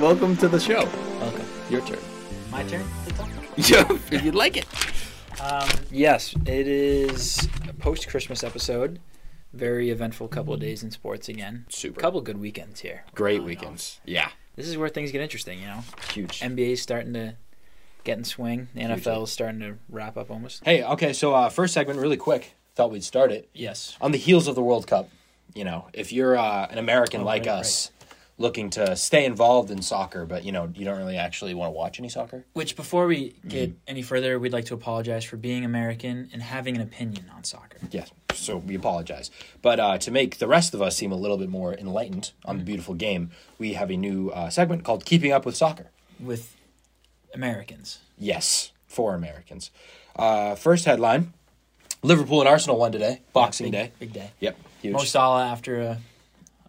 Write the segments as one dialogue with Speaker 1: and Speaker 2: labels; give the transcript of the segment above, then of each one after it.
Speaker 1: welcome to the show. Welcome. Your turn.
Speaker 2: My turn to talk.
Speaker 1: Yeah, if you'd like it.
Speaker 2: Um, yes, it is a post Christmas episode. Very eventful couple of days in sports again.
Speaker 1: Super.
Speaker 2: Couple good weekends here.
Speaker 1: Great
Speaker 2: Going on.
Speaker 1: weekends. Yeah.
Speaker 2: This is where things get interesting, you know.
Speaker 1: Huge.
Speaker 2: NBA's starting to get in swing. The NFL's starting to wrap up almost.
Speaker 3: Hey, okay, so uh, first segment, really quick. Thought we'd start it
Speaker 2: Yes.
Speaker 3: on the heels of the World Cup. You know, if you're uh, an American
Speaker 1: Oh,
Speaker 3: like
Speaker 2: right,
Speaker 3: us, looking to stay involved in soccer, but you know you don't really actually want to watch any soccer.
Speaker 2: Which, before we get any further, we'd like to apologize for being American and having an opinion on soccer.
Speaker 3: Yes, so we apologize. But uh, to make the rest of us seem a little bit more enlightened on
Speaker 1: Mm.
Speaker 3: the beautiful game, we have a new uh, segment called "Keeping Up with Soccer."
Speaker 2: With Americans.
Speaker 3: Yes, for Americans. Uh, first headline: Liverpool and Arsenal won today, Boxing
Speaker 2: Big-
Speaker 3: Day.
Speaker 2: Big day.
Speaker 3: Yep, huge.
Speaker 2: Mo Salah, after a,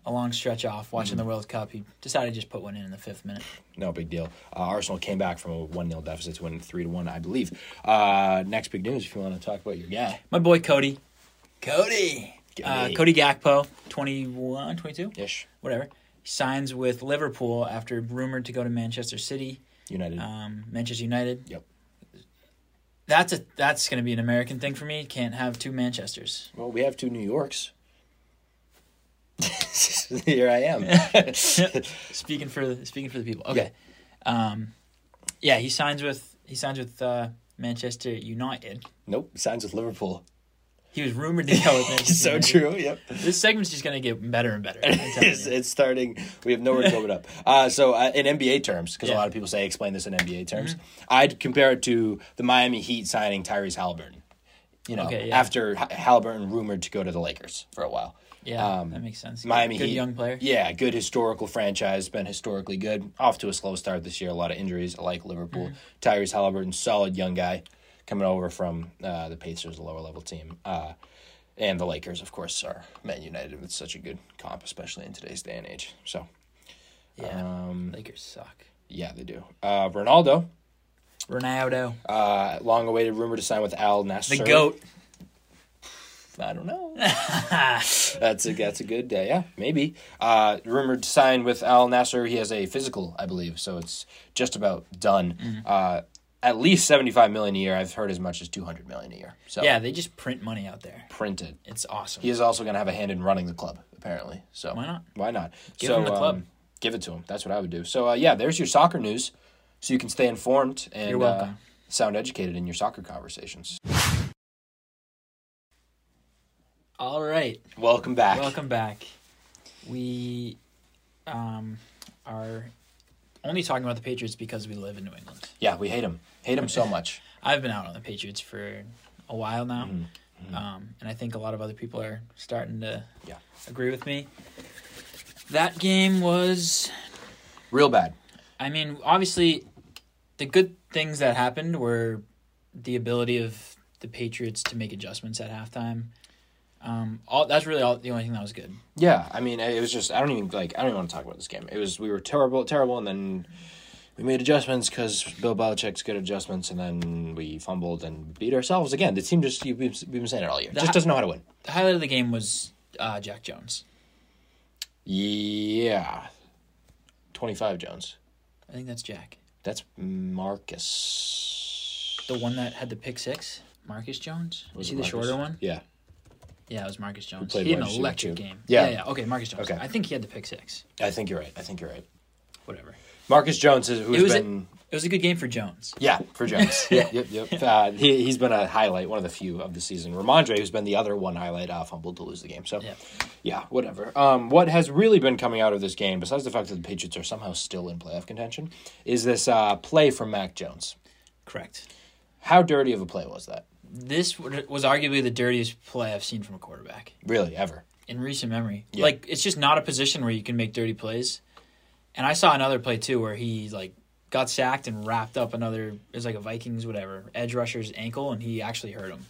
Speaker 2: a long stretch off watching the World Cup, he decided to just put one in in the fifth minute.
Speaker 3: No big deal. Uh, Arsenal came back from a 1 0 deficit to win 3 to 1, I believe. Uh, next big news, if you want to talk about your guy.
Speaker 2: My boy Cody. Cody. Uh,
Speaker 3: Cody.
Speaker 2: Cody Gakpo, 21, 22,
Speaker 3: Ish.
Speaker 2: whatever. He signs with Liverpool after rumored to go to Manchester City,
Speaker 3: United.
Speaker 2: um, Manchester United.
Speaker 3: Yep.
Speaker 2: That's a that's going to be an American thing for me. Can't have two Manchesters.
Speaker 3: well, we have two New Yorks. Here I am.
Speaker 2: speaking for the, speaking for the people. Okay. Um, yeah, he signs with he signs with uh, Manchester United.
Speaker 3: nope, signs with Liverpool.
Speaker 2: He was rumored to go with Manchester
Speaker 3: so
Speaker 2: United.
Speaker 3: true. Yep.
Speaker 2: This segment's just going to get better and better. I'm telling
Speaker 3: it's,
Speaker 2: you.
Speaker 3: it's starting. We have nowhere to go but up. Uh, so uh, in NBA terms, because
Speaker 2: Yeah. Mm-hmm.
Speaker 3: a lot of people say explain this in NBA terms, I'd compare it to the Miami Heat signing Tyrese Halliburton. You know,
Speaker 2: Okay, yeah.
Speaker 3: after Ha- Halliburton rumored to go to the Lakers for a while.
Speaker 2: yeah,
Speaker 3: um,
Speaker 2: that makes sense.
Speaker 3: Miami
Speaker 2: good
Speaker 3: Heat,
Speaker 2: young player.
Speaker 3: Yeah, good historical franchise. Been historically good. Off to a slow start this year. A lot of injuries, like Liverpool.
Speaker 2: Mm-hmm.
Speaker 3: Tyrese Halliburton, solid young guy, coming over from uh, the Pacers, a lower level team. Uh, and the Lakers, of course, are Man United with such a good comp, especially in today's day and age. So, um,
Speaker 2: Yeah, Lakers suck.
Speaker 3: yeah, they do. Uh, Ronaldo,
Speaker 2: Ronaldo,
Speaker 3: uh, long awaited rumor to sign with Al Nasser.
Speaker 2: the goat.
Speaker 3: I don't know. that's a that's a good uh, yeah maybe. Uh, rumored to sign with Al Nasser. He has a physical, I believe, so it's just about done.
Speaker 2: Mm-hmm.
Speaker 3: Uh, at least seventy five million a year. I've heard as much as two hundred million a year. So
Speaker 2: Yeah, they just print money out there.
Speaker 3: printed.
Speaker 2: It's awesome.
Speaker 3: He is also going to have a hand in running the club, apparently. So
Speaker 2: Why not?
Speaker 3: Why not?
Speaker 2: Give
Speaker 3: so
Speaker 2: him the club.
Speaker 3: um, give it to him. That's what I would do. So uh, yeah, there's your soccer news, so you can stay informed and
Speaker 2: You're
Speaker 3: Uh,
Speaker 2: welcome.
Speaker 3: sound educated in your soccer conversations.
Speaker 2: All right,
Speaker 3: Welcome back.
Speaker 2: welcome back. We um, are only talking about the Patriots because we live in New England.
Speaker 3: Yeah, we hate him. Hate him so much.
Speaker 2: I've been out on the Patriots for a while now,
Speaker 3: Mm-hmm.
Speaker 2: Um, and I think a lot of other people are starting to
Speaker 3: Yeah.
Speaker 2: agree with me. That game was
Speaker 3: Real bad.
Speaker 2: I mean, obviously, the good things that happened were the ability of the Patriots to make adjustments at halftime. Um, all that's really all the only thing that was good.
Speaker 3: Yeah, I mean, it was just I don't even like I don't even want to talk about this game. It was we were terrible, terrible, and then we made adjustments because Bill Belichick's good adjustments, and then we fumbled and beat ourselves again. The team just you've been, we've been saying it all year, just doesn't know how to win.
Speaker 2: The highlight of the game was uh, Jack Jones.
Speaker 3: Yeah, twenty five Jones.
Speaker 2: I think that's Jack,
Speaker 3: That's Marcus.
Speaker 2: the one that had the pick six. Marcus Jones was
Speaker 3: it
Speaker 2: he the
Speaker 3: Marcus?
Speaker 2: shorter one?
Speaker 3: Yeah,
Speaker 2: Yeah, it was Marcus Jones.
Speaker 3: played
Speaker 2: He had
Speaker 3: wide
Speaker 2: an
Speaker 3: receiver,
Speaker 2: electric
Speaker 3: too.
Speaker 2: game.
Speaker 3: Yeah.
Speaker 2: yeah, Okay, Marcus Jones.
Speaker 3: Okay.
Speaker 2: I think he had the pick six.
Speaker 3: I think you're right. I think you're right.
Speaker 2: Whatever.
Speaker 3: Marcus Jones, has- who's
Speaker 2: It was a-
Speaker 3: been
Speaker 2: It was a good game for Jones.
Speaker 3: Yeah, for Jones. yep, yep, yep. Uh, he, he's been a highlight, one of the few of the season. Ramondre, who's been the other one highlight, uh, fumbled to lose the game. So,
Speaker 2: Yeah.
Speaker 3: yeah, whatever. Um, what has really been coming out of this game, besides the fact that the Patriots are somehow still in playoff contention, is this uh, play from Mac Jones.
Speaker 2: Correct.
Speaker 3: How dirty of a play was that?
Speaker 2: This w- was arguably the dirtiest play I've seen from a quarterback.
Speaker 3: Really, ever?
Speaker 2: in recent memory.
Speaker 3: Yeah.
Speaker 2: Like it's just not a position where you can make dirty plays. And I saw another play too where he like got sacked and wrapped up another it was like a Vikings whatever edge rusher's ankle and he actually hurt him.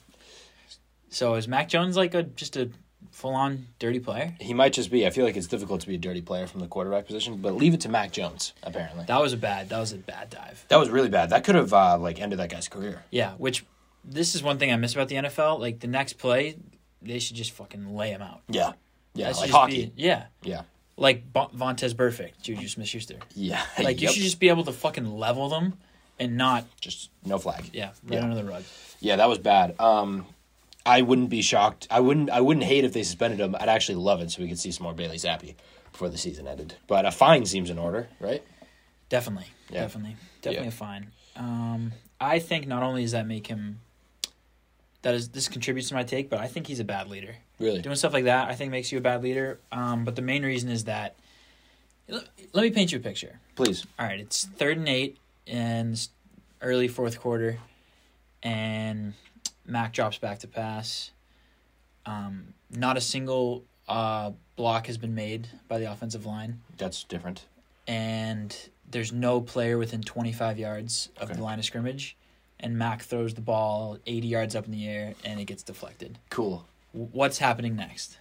Speaker 2: So is Mac Jones like a just a full on dirty player?
Speaker 3: He might just be. I feel like it's difficult to be a dirty player from the quarterback position, but leave it to Mac Jones. Apparently,
Speaker 2: That was a bad that was a bad dive.
Speaker 3: that was really bad. That could have uh, like ended that guy's career.
Speaker 2: Yeah, which this is one thing I miss about the NFL. Like the next play, they should just fucking lay him out.
Speaker 3: Yeah, yeah,
Speaker 2: That should
Speaker 3: like
Speaker 2: just
Speaker 3: hockey.
Speaker 2: be- yeah.
Speaker 3: Yeah,
Speaker 2: like Bo- Vontez Perfect, Juju Smith Schuster.
Speaker 3: Yeah.
Speaker 2: Like you
Speaker 3: yep.
Speaker 2: should just be able to fucking level them and not
Speaker 3: just no flag.
Speaker 2: yeah right
Speaker 3: Yeah.
Speaker 2: under the rug.
Speaker 3: Yeah, that was bad. Um, I wouldn't be shocked. I wouldn't. I wouldn't hate if they suspended him. I'd actually love it so we could see some more Bailey Zappi before the season ended. But a fine seems in order, right?
Speaker 2: Definitely,
Speaker 3: Yeah.
Speaker 2: definitely, definitely
Speaker 3: Yeah.
Speaker 2: a fine. Um, I think not only does that make him that is this contributes to my take, but I think he's a bad leader.
Speaker 3: Really?
Speaker 2: Doing stuff like that, I think, makes you a bad leader. Um, but the main reason is that let, let me paint you a picture.
Speaker 3: Please.
Speaker 2: All right, it's third and eight and s- early fourth quarter, and Mac drops back to pass. Um, not a single uh, block has been made by the offensive line,
Speaker 3: That's different.
Speaker 2: and there's no player within 25 yards of
Speaker 3: Okay.
Speaker 2: the line of scrimmage. And Mac throws the ball 80 yards up in the air, and it gets deflected.
Speaker 3: Cool.
Speaker 2: W- What's happening next?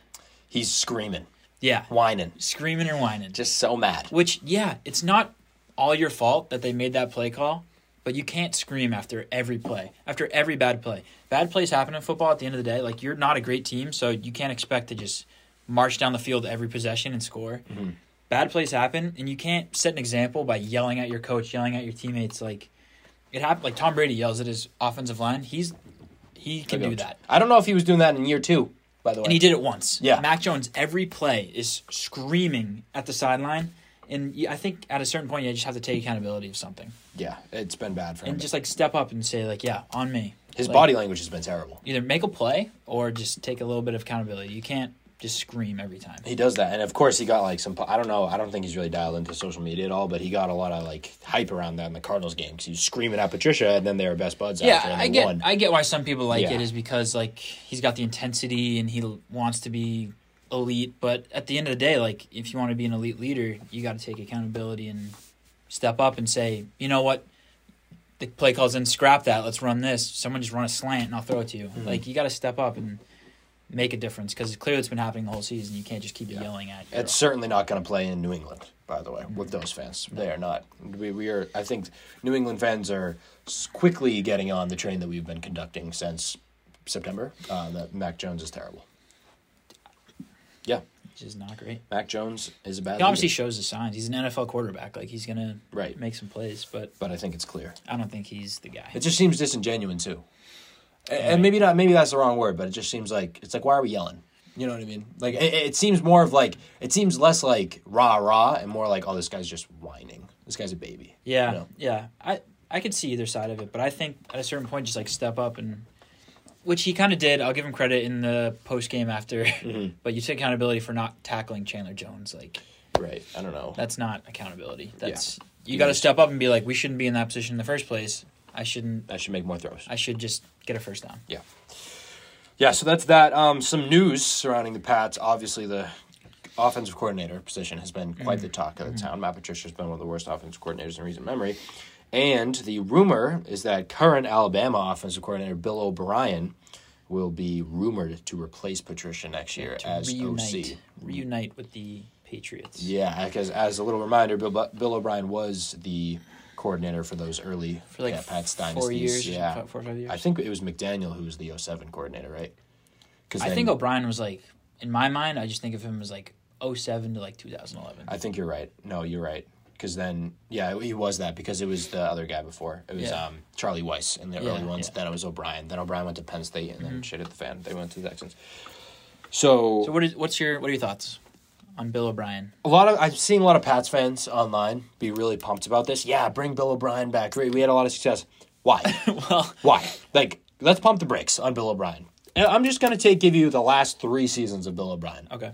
Speaker 3: He's screaming,
Speaker 2: Yeah,
Speaker 3: whining,
Speaker 2: screaming or whining.
Speaker 3: just so mad.
Speaker 2: Which, yeah, it's not all your fault that they made that play call, but you can't scream after every play, after every bad play. Bad plays happen in football at the end of the day. Like, you're not a great team, so you can't expect to just march down the field every possession and score. Bad plays happen, and you can't set an example by yelling at your coach, yelling at your teammates. Like, it happened. Like, Tom Brady yells at his offensive line. He's. He can do that.
Speaker 3: I don't know if he was doing that in year two. By the way,
Speaker 2: And he did it once.
Speaker 3: Yeah.
Speaker 2: Mac Jones, every play is screaming at the sideline. And you- I think at a certain point, you just have to take accountability of something
Speaker 3: Yeah, it's been bad for him.
Speaker 2: and just like step up and say, like, yeah, on me.
Speaker 3: His
Speaker 2: Like,
Speaker 3: body language has been terrible.
Speaker 2: Either make a play or just take a little bit of accountability. You can't just scream every time.
Speaker 3: He does that, and of course he got like some. I don't know. I don't think he's really dialed into social media at all, but he got a lot of like hype around that in the Cardinals game because he was screaming at Patricia, and then they were best buds. after,
Speaker 2: Yeah,
Speaker 3: and
Speaker 2: I
Speaker 3: they
Speaker 2: get
Speaker 3: won.
Speaker 2: I get why some people like
Speaker 3: Yeah.
Speaker 2: it is because like he's got the intensity and he l- wants to be elite, but at the end of the day, like if you want to be an elite leader, you got to take accountability and step up and say, you know what, the play calls in, scrap that, let's run this. Someone just run a slant and I'll throw it to you.
Speaker 3: Mm-hmm.
Speaker 2: Like you got to step up and make a difference because clearly it's been happening the whole season. You can't just keep yelling at. your-
Speaker 3: It's certainly not going to play in New England, by the way, with those fans. They are not. We, we are. I think New England fans are s- quickly getting on the train that we've been conducting since September. Uh, that Mac Jones is terrible. Yeah,
Speaker 2: which is not great.
Speaker 3: Mac Jones is a bad.
Speaker 2: He obviously
Speaker 3: leader,
Speaker 2: shows the signs. He's an NFL quarterback. Like he's gonna
Speaker 3: Right.
Speaker 2: make some plays, but
Speaker 3: but I think it's clear.
Speaker 2: I don't think he's the guy.
Speaker 3: It just seems disingenuous too. A- And maybe not. Maybe that's the wrong word, but it just seems like it's like why are we yelling? You know what I mean? Like it, it seems more of like it seems less like rah rah and more like oh this guy's just whining. This guy's a baby.
Speaker 2: Yeah,
Speaker 3: you know?
Speaker 2: yeah. I I could see either side of it, but I think at a certain point, just like step up and, which he kind of did. I'll give him credit in the post game after,
Speaker 3: Mm-hmm.
Speaker 2: but you take accountability for not tackling Chandler Jones. Like
Speaker 3: Right. I don't know.
Speaker 2: that's not accountability. That's you got to step up and be like, we shouldn't be in that position in the first place. I shouldn't.
Speaker 3: I should make more throws.
Speaker 2: I should just get a first down.
Speaker 3: yeah. Yeah, so that's that. Um, some news surrounding the Pats. Obviously, the offensive coordinator position has been quite the talk of the
Speaker 2: Mm-hmm.
Speaker 3: town. Matt Patricia's been one of the worst offensive coordinators in recent memory. And the rumor is that current Alabama offensive coordinator Bill O'Brien will be rumored to replace Patricia next year
Speaker 2: To
Speaker 3: as
Speaker 2: reunite,
Speaker 3: OC.
Speaker 2: reunite with the Patriots.
Speaker 3: Yeah, because as a little reminder, Bill, Bill O'Brien was the coordinator for those early
Speaker 2: For like
Speaker 3: yeah, Pats
Speaker 2: four
Speaker 3: dynasties.
Speaker 2: years,
Speaker 3: yeah,
Speaker 2: four- four or five years.
Speaker 3: I think it was McDaniel who was the 07 coordinator, right? Because
Speaker 2: I think O'Brien was like, in my mind, I just think of him as like 07 to like 2011.
Speaker 3: I think you're right. No, you're right. Because then, yeah, he was that because it was the other guy before. It was
Speaker 2: Yeah.
Speaker 3: um, Charlie Weiss in the
Speaker 2: Yeah,
Speaker 3: early ones.
Speaker 2: yeah.
Speaker 3: Then it was O'Brien. Then O'Brien went to Penn State, and then shit hit the fan. They went to the Texans. So,
Speaker 2: So what is what's your what are your thoughts on Bill O'Brien?
Speaker 3: a lot of I've seen a lot of Pats fans online be really pumped about this. Yeah, bring Bill O'Brien back. Great, we had a lot of success. Why?
Speaker 2: well,
Speaker 3: Why? Like, let's pump the brakes on Bill O'Brien. And I'm just gonna take give you the last three seasons of Bill O'Brien.
Speaker 2: okay.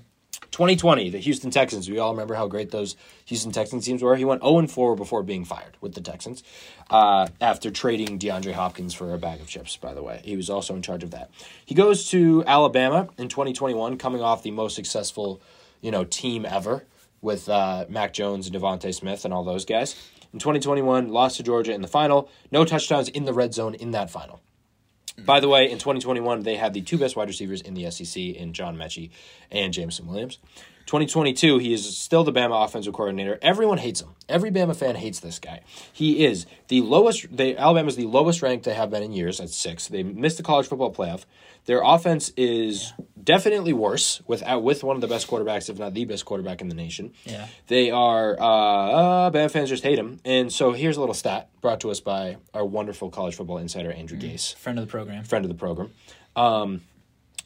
Speaker 3: 2020, the Houston Texans. We all remember how great those Houston Texans teams were. He went 0 4 before being fired with the Texans uh, after trading DeAndre Hopkins for a bag of chips, by the way. He was also in charge of that. He goes to Alabama in 2021, coming off the most successful you know, team ever with uh, Mac Jones and Devontae Smith and all those guys. In 2021, lost to Georgia in the final. No touchdowns in the red zone in that final. By the way, in E 2021, they had the two best wide receivers in the SEC in John Mechie and Jameson Williams. 2022, he is still the Bama offensive coordinator. Everyone hates him. Every Bama fan hates this guy. He is the lowest. They Alabama's the lowest ranked they have been in years at six. They missed the college football playoff. Their offense is definitely worse without with one of the best quarterbacks, if not the best quarterback in the nation.
Speaker 2: Yeah.
Speaker 3: They are uh, uh Bama fans just hate him. And so here's a little stat brought to us by our wonderful college football insider Andrew Gase
Speaker 2: Friend of the program.
Speaker 3: friend of the program. Um,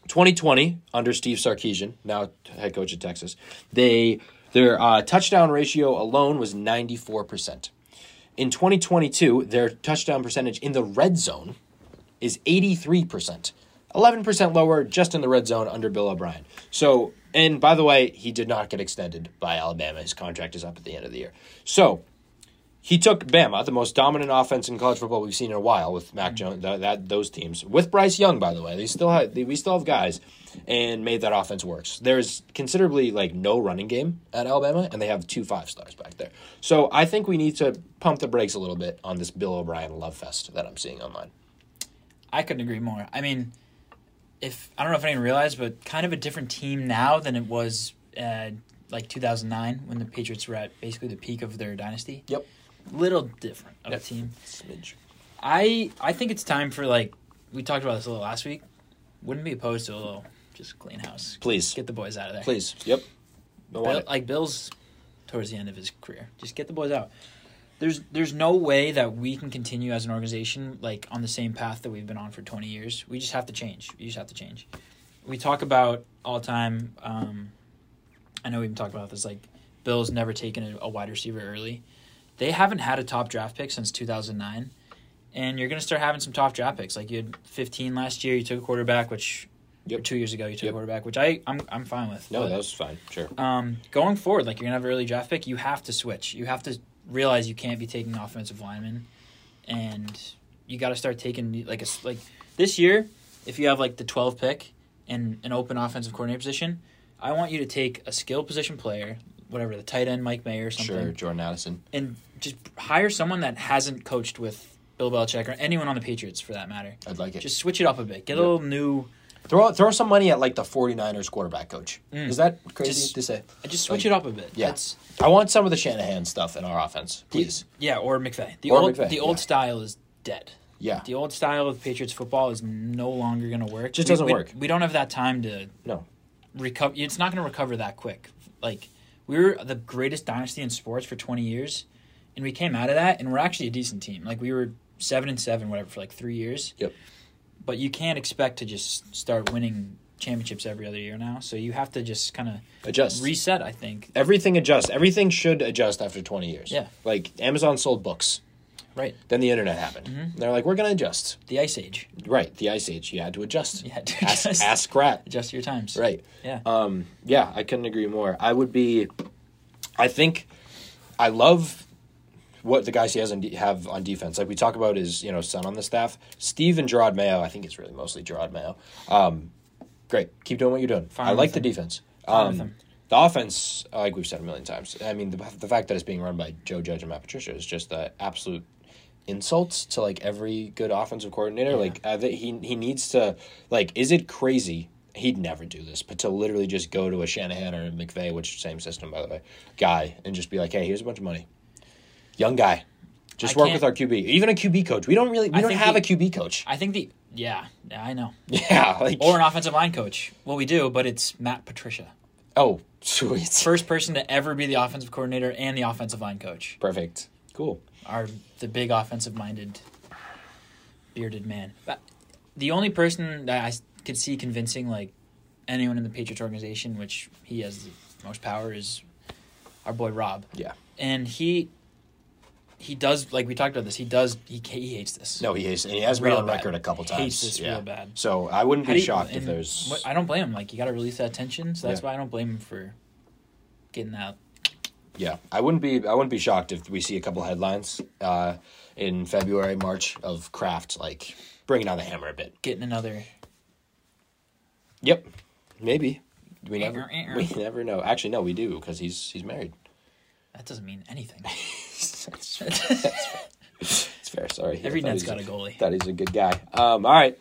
Speaker 3: 2020 under Steve Sarkeesian, now head coach at Texas, they their uh, touchdown ratio alone was 94 percent. In 2022, their touchdown percentage in the red zone is 83 percent, 11 percent lower just in the red zone under Bill O'Brien. So, and by the way, he did not get extended by Alabama. His contract is up at the end of the year. So he took Bama, the most dominant offense in college football we've seen in a while, with
Speaker 2: Mm-hmm.
Speaker 3: Mac Jones, that, that those teams with Bryce Young, by the way, they still have they, we still have guys, and made that offense works. There's considerably like no running game at Alabama, and they have two five stars back there. So I think we need to pump the brakes a little bit on this Bill O'Brien love fest that I'm seeing online.
Speaker 2: I couldn't agree more. I mean, if I don't know if anyone realized, but kind of a different team now than it was uh, like 2009 when the Patriots were at basically the peak of their dynasty.
Speaker 3: Yep,
Speaker 2: Little different of a team.
Speaker 3: smidge.
Speaker 2: I I think it's time for like we talked about this a little last week. Wouldn't be opposed to a little just clean house.
Speaker 3: Please,
Speaker 2: Get the boys out of there.
Speaker 3: please, yep. I want
Speaker 2: Bill,
Speaker 3: it.
Speaker 2: like Bill's towards the end of his career. Just get the boys out. There's there's no way that we can continue as an organization like on the same path that we've been on for 20 years. We just have to change. We just have to change. We talk about all the time. Um, I know we've been talking about this. Like Bill's never taken a, a wide receiver early. They haven't had a top draft pick since 2009, and you're gonna start having some top draft picks. Like you had 15 last year. You took a quarterback, which
Speaker 3: Yep.
Speaker 2: or two years ago you took
Speaker 3: Yep.
Speaker 2: a quarterback, which I I'm I'm fine with.
Speaker 3: No,
Speaker 2: But-
Speaker 3: that was fine. Sure.
Speaker 2: um, going forward, like you're gonna have an early draft pick, you have to switch. You have to realize you can't be taking offensive linemen, and you got to start taking like a s- like this year. If you have like the 12 pick and an open offensive coordinator position, I want you to take a skill position player, whatever the tight end, Mike May or something,
Speaker 3: Sure, Jordan Addison.
Speaker 2: and just hire someone that hasn't coached with Bill Belichick or anyone on the Patriots for that matter.
Speaker 3: I'd like it.
Speaker 2: Just switch it up a bit. Get a
Speaker 3: Yep.
Speaker 2: little new.
Speaker 3: Throw throw some money at like the 49ers quarterback coach.
Speaker 2: Mm.
Speaker 3: Is that crazy
Speaker 2: Just-
Speaker 3: to say?
Speaker 2: Just switch
Speaker 3: Like-
Speaker 2: it up a bit.
Speaker 3: Yeah.
Speaker 2: That's-
Speaker 3: I want some of the Shanahan stuff in our offense, please.
Speaker 2: Yeah, or McVay. The
Speaker 3: Or
Speaker 2: old
Speaker 3: McVay,
Speaker 2: the old
Speaker 3: yeah.
Speaker 2: style is dead.
Speaker 3: Yeah.
Speaker 2: The old style of Patriots football is no longer going to work.
Speaker 3: Just
Speaker 2: We-
Speaker 3: doesn't
Speaker 2: we-
Speaker 3: work.
Speaker 2: We don't have that time to
Speaker 3: No.
Speaker 2: recover. It's not going to recover that quick. Like we were the greatest dynasty in sports for twenty years, and we came out of that, and we're actually a decent team. Like we were seven and seven, whatever, for like three years.
Speaker 3: Yep.
Speaker 2: But you can't expect to just start winning championships every other year now. So you have to just kind of
Speaker 3: Adjust.
Speaker 2: reset. I think
Speaker 3: Everything adjusts. Everything should adjust after 20 years.
Speaker 2: Yeah.
Speaker 3: Like Amazon sold books.
Speaker 2: right.
Speaker 3: Then the internet happened.
Speaker 2: Mm-hmm.
Speaker 3: They're like, we're going to adjust.
Speaker 2: The ice age.
Speaker 3: Right. The ice age. You had to adjust.
Speaker 2: You had to
Speaker 3: Ask,
Speaker 2: adjust.
Speaker 3: ask rat.
Speaker 2: Adjust your times.
Speaker 3: Right.
Speaker 2: Yeah.
Speaker 3: Um, yeah, I couldn't agree more. I would be. I think I love what the guys he has on de- have on defense. Like we talk about his you know son on the staff, Steve and Gerard Mayo. I think it's really mostly Gerard Mayo. Um, great, keep doing what you're doing.
Speaker 2: Fine
Speaker 3: I
Speaker 2: with
Speaker 3: like the
Speaker 2: him.
Speaker 3: defense.
Speaker 2: Fine with
Speaker 3: Um,
Speaker 2: him.
Speaker 3: the offense, like we've said a million times, I mean the, the fact that it's being run by Joe Judge and Matt Patricia is just the absolute insults to like every good offensive coordinator. Like I thi- he he needs to like is it crazy? He'd never do this, but to literally just go to a Shanahan or a McVay, which same system by the way, guy, and just be like, hey, here's a bunch of money, young guy, just
Speaker 2: I
Speaker 3: work
Speaker 2: can't-
Speaker 3: with our QB. Even a QB coach, we don't really we
Speaker 2: I
Speaker 3: don't
Speaker 2: think
Speaker 3: have
Speaker 2: he-
Speaker 3: a QB coach.
Speaker 2: I think the yeah, yeah, I know.
Speaker 3: yeah, like
Speaker 2: Or an offensive line coach. Well, we do, but it's Matt Patricia,
Speaker 3: oh sweet,
Speaker 2: first person to ever be the offensive coordinator and the offensive line coach.
Speaker 3: perfect, cool.
Speaker 2: Our the big offensive minded, bearded man. But The only person that I s- could see convincing like anyone in the Patriots organization, which he has the most power, is our boy Rob,
Speaker 3: Yeah,
Speaker 2: and he. He does like we talked about this. He does. He ca- he hates this.
Speaker 3: no, he is, and he has
Speaker 2: Real
Speaker 3: been on
Speaker 2: bad.
Speaker 3: record a couple times.
Speaker 2: Hates this
Speaker 3: yeah.
Speaker 2: real bad.
Speaker 3: So I wouldn't
Speaker 2: How
Speaker 3: be
Speaker 2: do you-
Speaker 3: shocked if
Speaker 2: and
Speaker 3: there's
Speaker 2: what- I don't blame him. Like you got to release that tension, so that's
Speaker 3: Yeah.
Speaker 2: why I don't blame him for getting that.
Speaker 3: Yeah, I wouldn't be I wouldn't be shocked if we see a couple headlines uh, in February, March of Kraft like bringing down the hammer a bit.
Speaker 2: Getting another.
Speaker 3: Yep, maybe we
Speaker 2: Eh,
Speaker 3: never
Speaker 2: eh, eh.
Speaker 3: we never know. Actually, no, we do because he's he's married.
Speaker 2: That doesn't mean anything.
Speaker 3: That's fair. It's fair. Sorry. I
Speaker 2: Every
Speaker 3: thought
Speaker 2: net's
Speaker 3: he's
Speaker 2: got a goalie.
Speaker 3: Thought he's a good guy. Um, all right,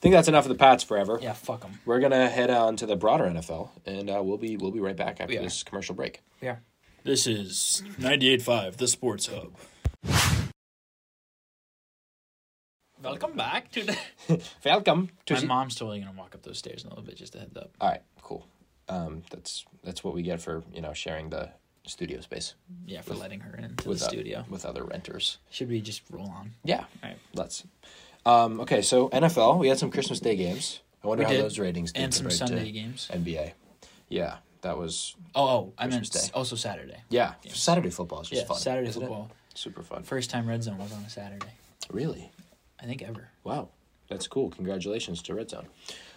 Speaker 3: think that's enough of the Pats forever.
Speaker 2: Yeah, fuck them.
Speaker 3: We're gonna head on to the broader NFL, and uh, we'll be we'll be right back after
Speaker 2: We are.
Speaker 3: this commercial break.
Speaker 2: Yeah. This is 98.5, the Sports Hub. Welcome back to the.
Speaker 3: Welcome to
Speaker 2: My
Speaker 3: the-
Speaker 2: mom's totally gonna walk up those stairs in a little bit just to heads up.
Speaker 3: All right, cool. Um, that's that's what we get for you know sharing the studio space
Speaker 2: Yeah, for letting her into
Speaker 3: with
Speaker 2: the
Speaker 3: o-
Speaker 2: studio.
Speaker 3: with other renters.
Speaker 2: Should we just roll on?
Speaker 3: Yeah,
Speaker 2: Alright.
Speaker 3: let's. Um, okay, so NFL, we had some Christmas Day games. I wonder
Speaker 2: We
Speaker 3: how
Speaker 2: did.
Speaker 3: those ratings did
Speaker 2: And some
Speaker 3: compared to
Speaker 2: Sunday games.
Speaker 3: NBA. Yeah, that was
Speaker 2: Oh, oh I meant
Speaker 3: Christmas Day.
Speaker 2: also Saturday.
Speaker 3: yeah. Saturday football is just
Speaker 2: Yeah,
Speaker 3: fun.
Speaker 2: Saturday
Speaker 3: isn't it?
Speaker 2: football.
Speaker 3: super fun.
Speaker 2: First time Red Zone was on a Saturday.
Speaker 3: Really,
Speaker 2: I think ever.
Speaker 3: Wow, that's cool. Congratulations to Red Zone.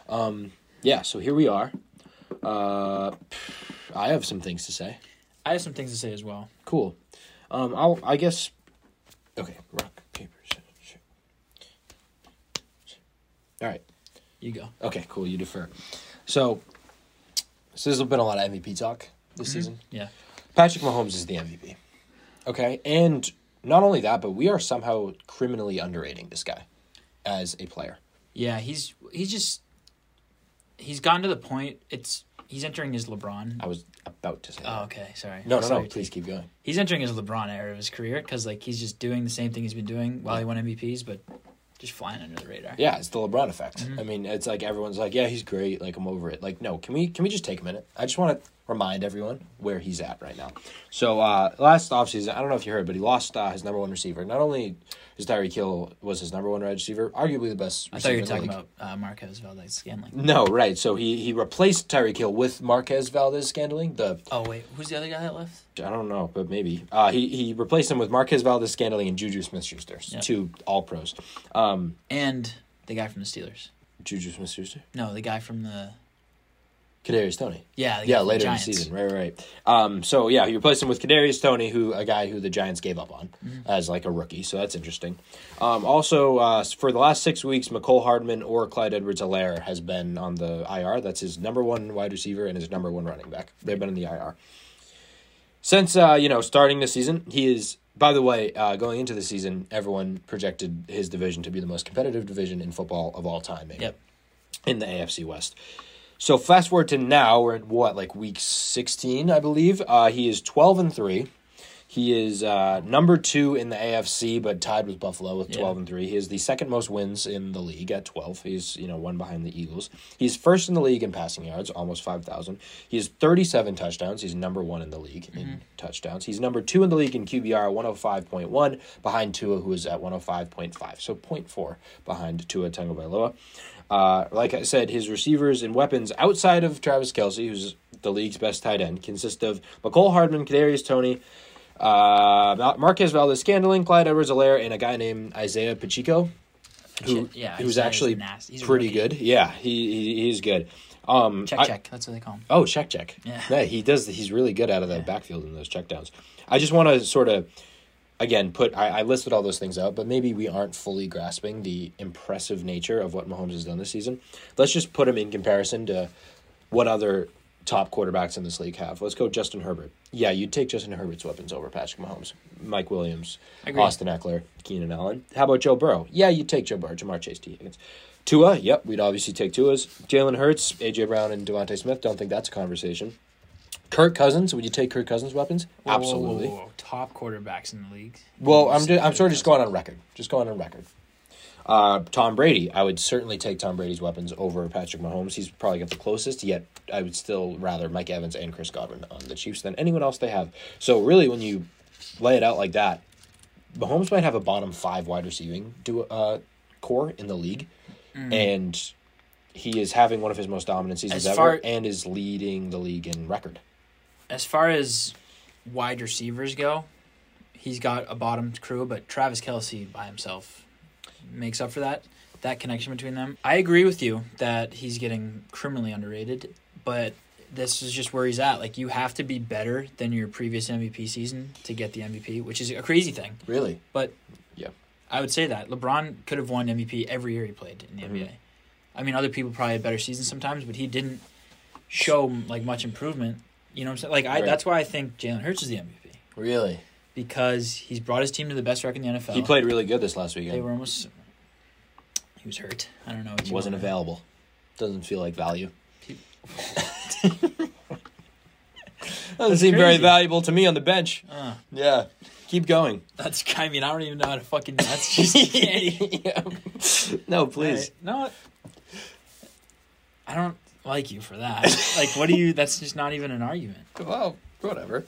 Speaker 3: Um, yeah, so here we are. Uh, I have some things to say.
Speaker 2: I have some things to say as well.
Speaker 3: Cool. Um, I'll, I guess. Okay, rock paper scissors. shoot. All right.
Speaker 2: You go.
Speaker 3: Okay, cool. You defer. So, so there's been a lot of MVP talk this
Speaker 2: Mm-hmm.
Speaker 3: season.
Speaker 2: Yeah.
Speaker 3: Patrick Mahomes is the MVP. Okay, and not only that, but we are somehow criminally underrating this guy as a player.
Speaker 2: Yeah, he's he's just he's gotten to the point it's he's entering his LeBron.
Speaker 3: I was about to say. that.
Speaker 2: Oh, okay, sorry.
Speaker 3: No, no,
Speaker 2: Sorry,
Speaker 3: no.
Speaker 2: T.
Speaker 3: Please keep going.
Speaker 2: He's entering his LeBron era of his career because like he's just doing the same thing he's been doing while he won MVPs, but just flying under the radar.
Speaker 3: Yeah, it's the LeBron effect.
Speaker 2: Mm-hmm.
Speaker 3: I mean, it's like everyone's like, "Yeah, he's great." Like I'm over it. Like, no, can we can we just take a minute? I just want to remind everyone where he's at right now. So uh, last offseason, I don't know if you heard, but he lost uh, his number one receiver. Not only is Tyreek Hill was his number one wide receiver, arguably the best.
Speaker 2: I thought you
Speaker 3: receiver
Speaker 2: were
Speaker 3: in the
Speaker 2: talking
Speaker 3: league.
Speaker 2: about uh, Marquez Valdez Scanling.
Speaker 3: No, right. So he he replaced Tyreek Hill with Marquez Valdez Scandling, the
Speaker 2: Oh wait, who's the other guy that left?
Speaker 3: I don't know, but maybe. Uh, he he replaced him with Marquez Valdez Scandling and Juju Smith Schuster,
Speaker 2: Yeah.
Speaker 3: two All Pros.
Speaker 2: And the guy from the Steelers.
Speaker 3: Juju Smith Schuster,
Speaker 2: No, the guy from the
Speaker 3: Kadarius Tony.
Speaker 2: yeah the guy
Speaker 3: Yeah,
Speaker 2: from the
Speaker 3: later in the
Speaker 2: Giants.
Speaker 3: season. Right, right. right. Um, so yeah, he replaced him with Kadarius Tony, who a guy who the Giants gave up on
Speaker 2: Mm-hmm.
Speaker 3: as like a rookie. So that's interesting. Um, also, uh, for the last six weeks, McCole Hardman or Clyde Edwards-Helaire has been on the IR. That's his number one wide receiver and his number one running back. They've been in the IR since uh, you know starting the season. He is. By the way, uh, going into the season, everyone projected his division to be the most competitive division in football of all time. Maybe
Speaker 2: Yep.
Speaker 3: in the AFC West. So fast forward to now, we're at what like week sixteen, I believe. Uh, he is twelve and three. He is uh, number two in the AFC, but tied with Buffalo with twelve and three. He is the second most wins in the league at twelve. He's you know one behind the Eagles. He's first in the league in passing yards, almost five thousand. He has thirty seven touchdowns. He's number one in the league in touchdowns. He's number two in the league in QBR, one hundred five point one, behind Tua, who is at one hundred five point five, so 0.4 behind Tua Tagovailoa. Uh, like I said, his receivers and weapons outside of Travis Kelsey, who's the league's best tight end, consist of McCole Hardman, Kadarius Tony, uh, Mar- Marquez Valdez Scandling, Clyde Edwards Alaire, and a guy named Isaiah Pacheco, who,
Speaker 2: Pache- yeah,
Speaker 3: who's
Speaker 2: Isaiah's
Speaker 3: actually
Speaker 2: nasty. He's a
Speaker 3: pretty
Speaker 2: rookie.
Speaker 3: good. Yeah, he, he he's good. Um,
Speaker 2: Check
Speaker 3: I-
Speaker 2: check. That's what they call him.
Speaker 3: Oh, check check.
Speaker 2: Yeah.
Speaker 3: he does. He's really good out of the backfield in those checkdowns. I just want to sort of again put. I, I listed all those things out, but maybe we aren't fully grasping the impressive nature of what Mahomes has done this season. Let's just put him in comparison to what other top quarterbacks in this league have. Let's go Justin Herbert. Yeah, you'd take Justin Herbert's weapons over Patrick Mahomes, Mike Williams,
Speaker 2: Agreed.
Speaker 3: Austin Eckler, Keenan Allen. How about Joe Burrow? Yeah, you'd take Joe Burrow, Jamar Chase, T. Higgins. Tua, yep, we'd obviously take Tua's. Jalen Hurts, AJ Brown, and Devontae Smith. Don't think that's a conversation. Kirk Cousins, would you take Kirk Cousins' weapons?
Speaker 2: Whoa, whoa, whoa,
Speaker 3: Absolutely.
Speaker 2: whoa, whoa. Top quarterbacks in the league.
Speaker 3: Well, I'm just,
Speaker 2: Just
Speaker 3: I'm sort of just going on record. Just going on record. Uh, Tom Brady, I would certainly take Tom Brady's weapons over Patrick Mahomes. He's probably got the closest. Yet I would still rather Mike Evans and Chris Godwin on the Chiefs than anyone else they have. So really, when you lay it out like that, Mahomes might have a bottom five wide receiving do uh, core in the league, and he is having one of his most dominant seasons
Speaker 2: Mm.
Speaker 3: ever,
Speaker 2: As far-
Speaker 3: and is leading the league in record.
Speaker 2: as far as wide receivers go, he's got a bottom crew, but Travis Kelsey by himself makes up for that. That connection between them. I agree with you that he's getting criminally underrated, but this is just where he's at. Like you have to be better than your previous MVP season to get the MVP, which is a crazy thing.
Speaker 3: Really?
Speaker 2: But
Speaker 3: Yeah.
Speaker 2: I would say that LeBron could have won MVP every year he played in the
Speaker 3: Mm-hmm.
Speaker 2: NBA. I mean, other people probably had better seasons sometimes, but he didn't show like much improvement. You know what I'm saying? Like I,
Speaker 3: Right.
Speaker 2: that's why I think Jalen Hurts is the MVP
Speaker 3: Really? Oh.
Speaker 2: because he's brought his team to the best record in the NFL.
Speaker 3: He played really good this last weekend.
Speaker 2: They were almost. He was hurt. I don't know. What you
Speaker 3: Wasn't
Speaker 2: want.
Speaker 3: available. Doesn't feel like value. Doesn't
Speaker 2: That's
Speaker 3: seem very
Speaker 2: crazy.
Speaker 3: valuable to me on the bench.
Speaker 2: Uh,
Speaker 3: Yeah. Keep going.
Speaker 2: that's. I mean, I don't even know how to fucking. That's just. candy.
Speaker 3: Yeah. No, please.
Speaker 2: Alright, No. I don't like you for that. like, what do you? That's just not even an argument.
Speaker 3: Well, whatever.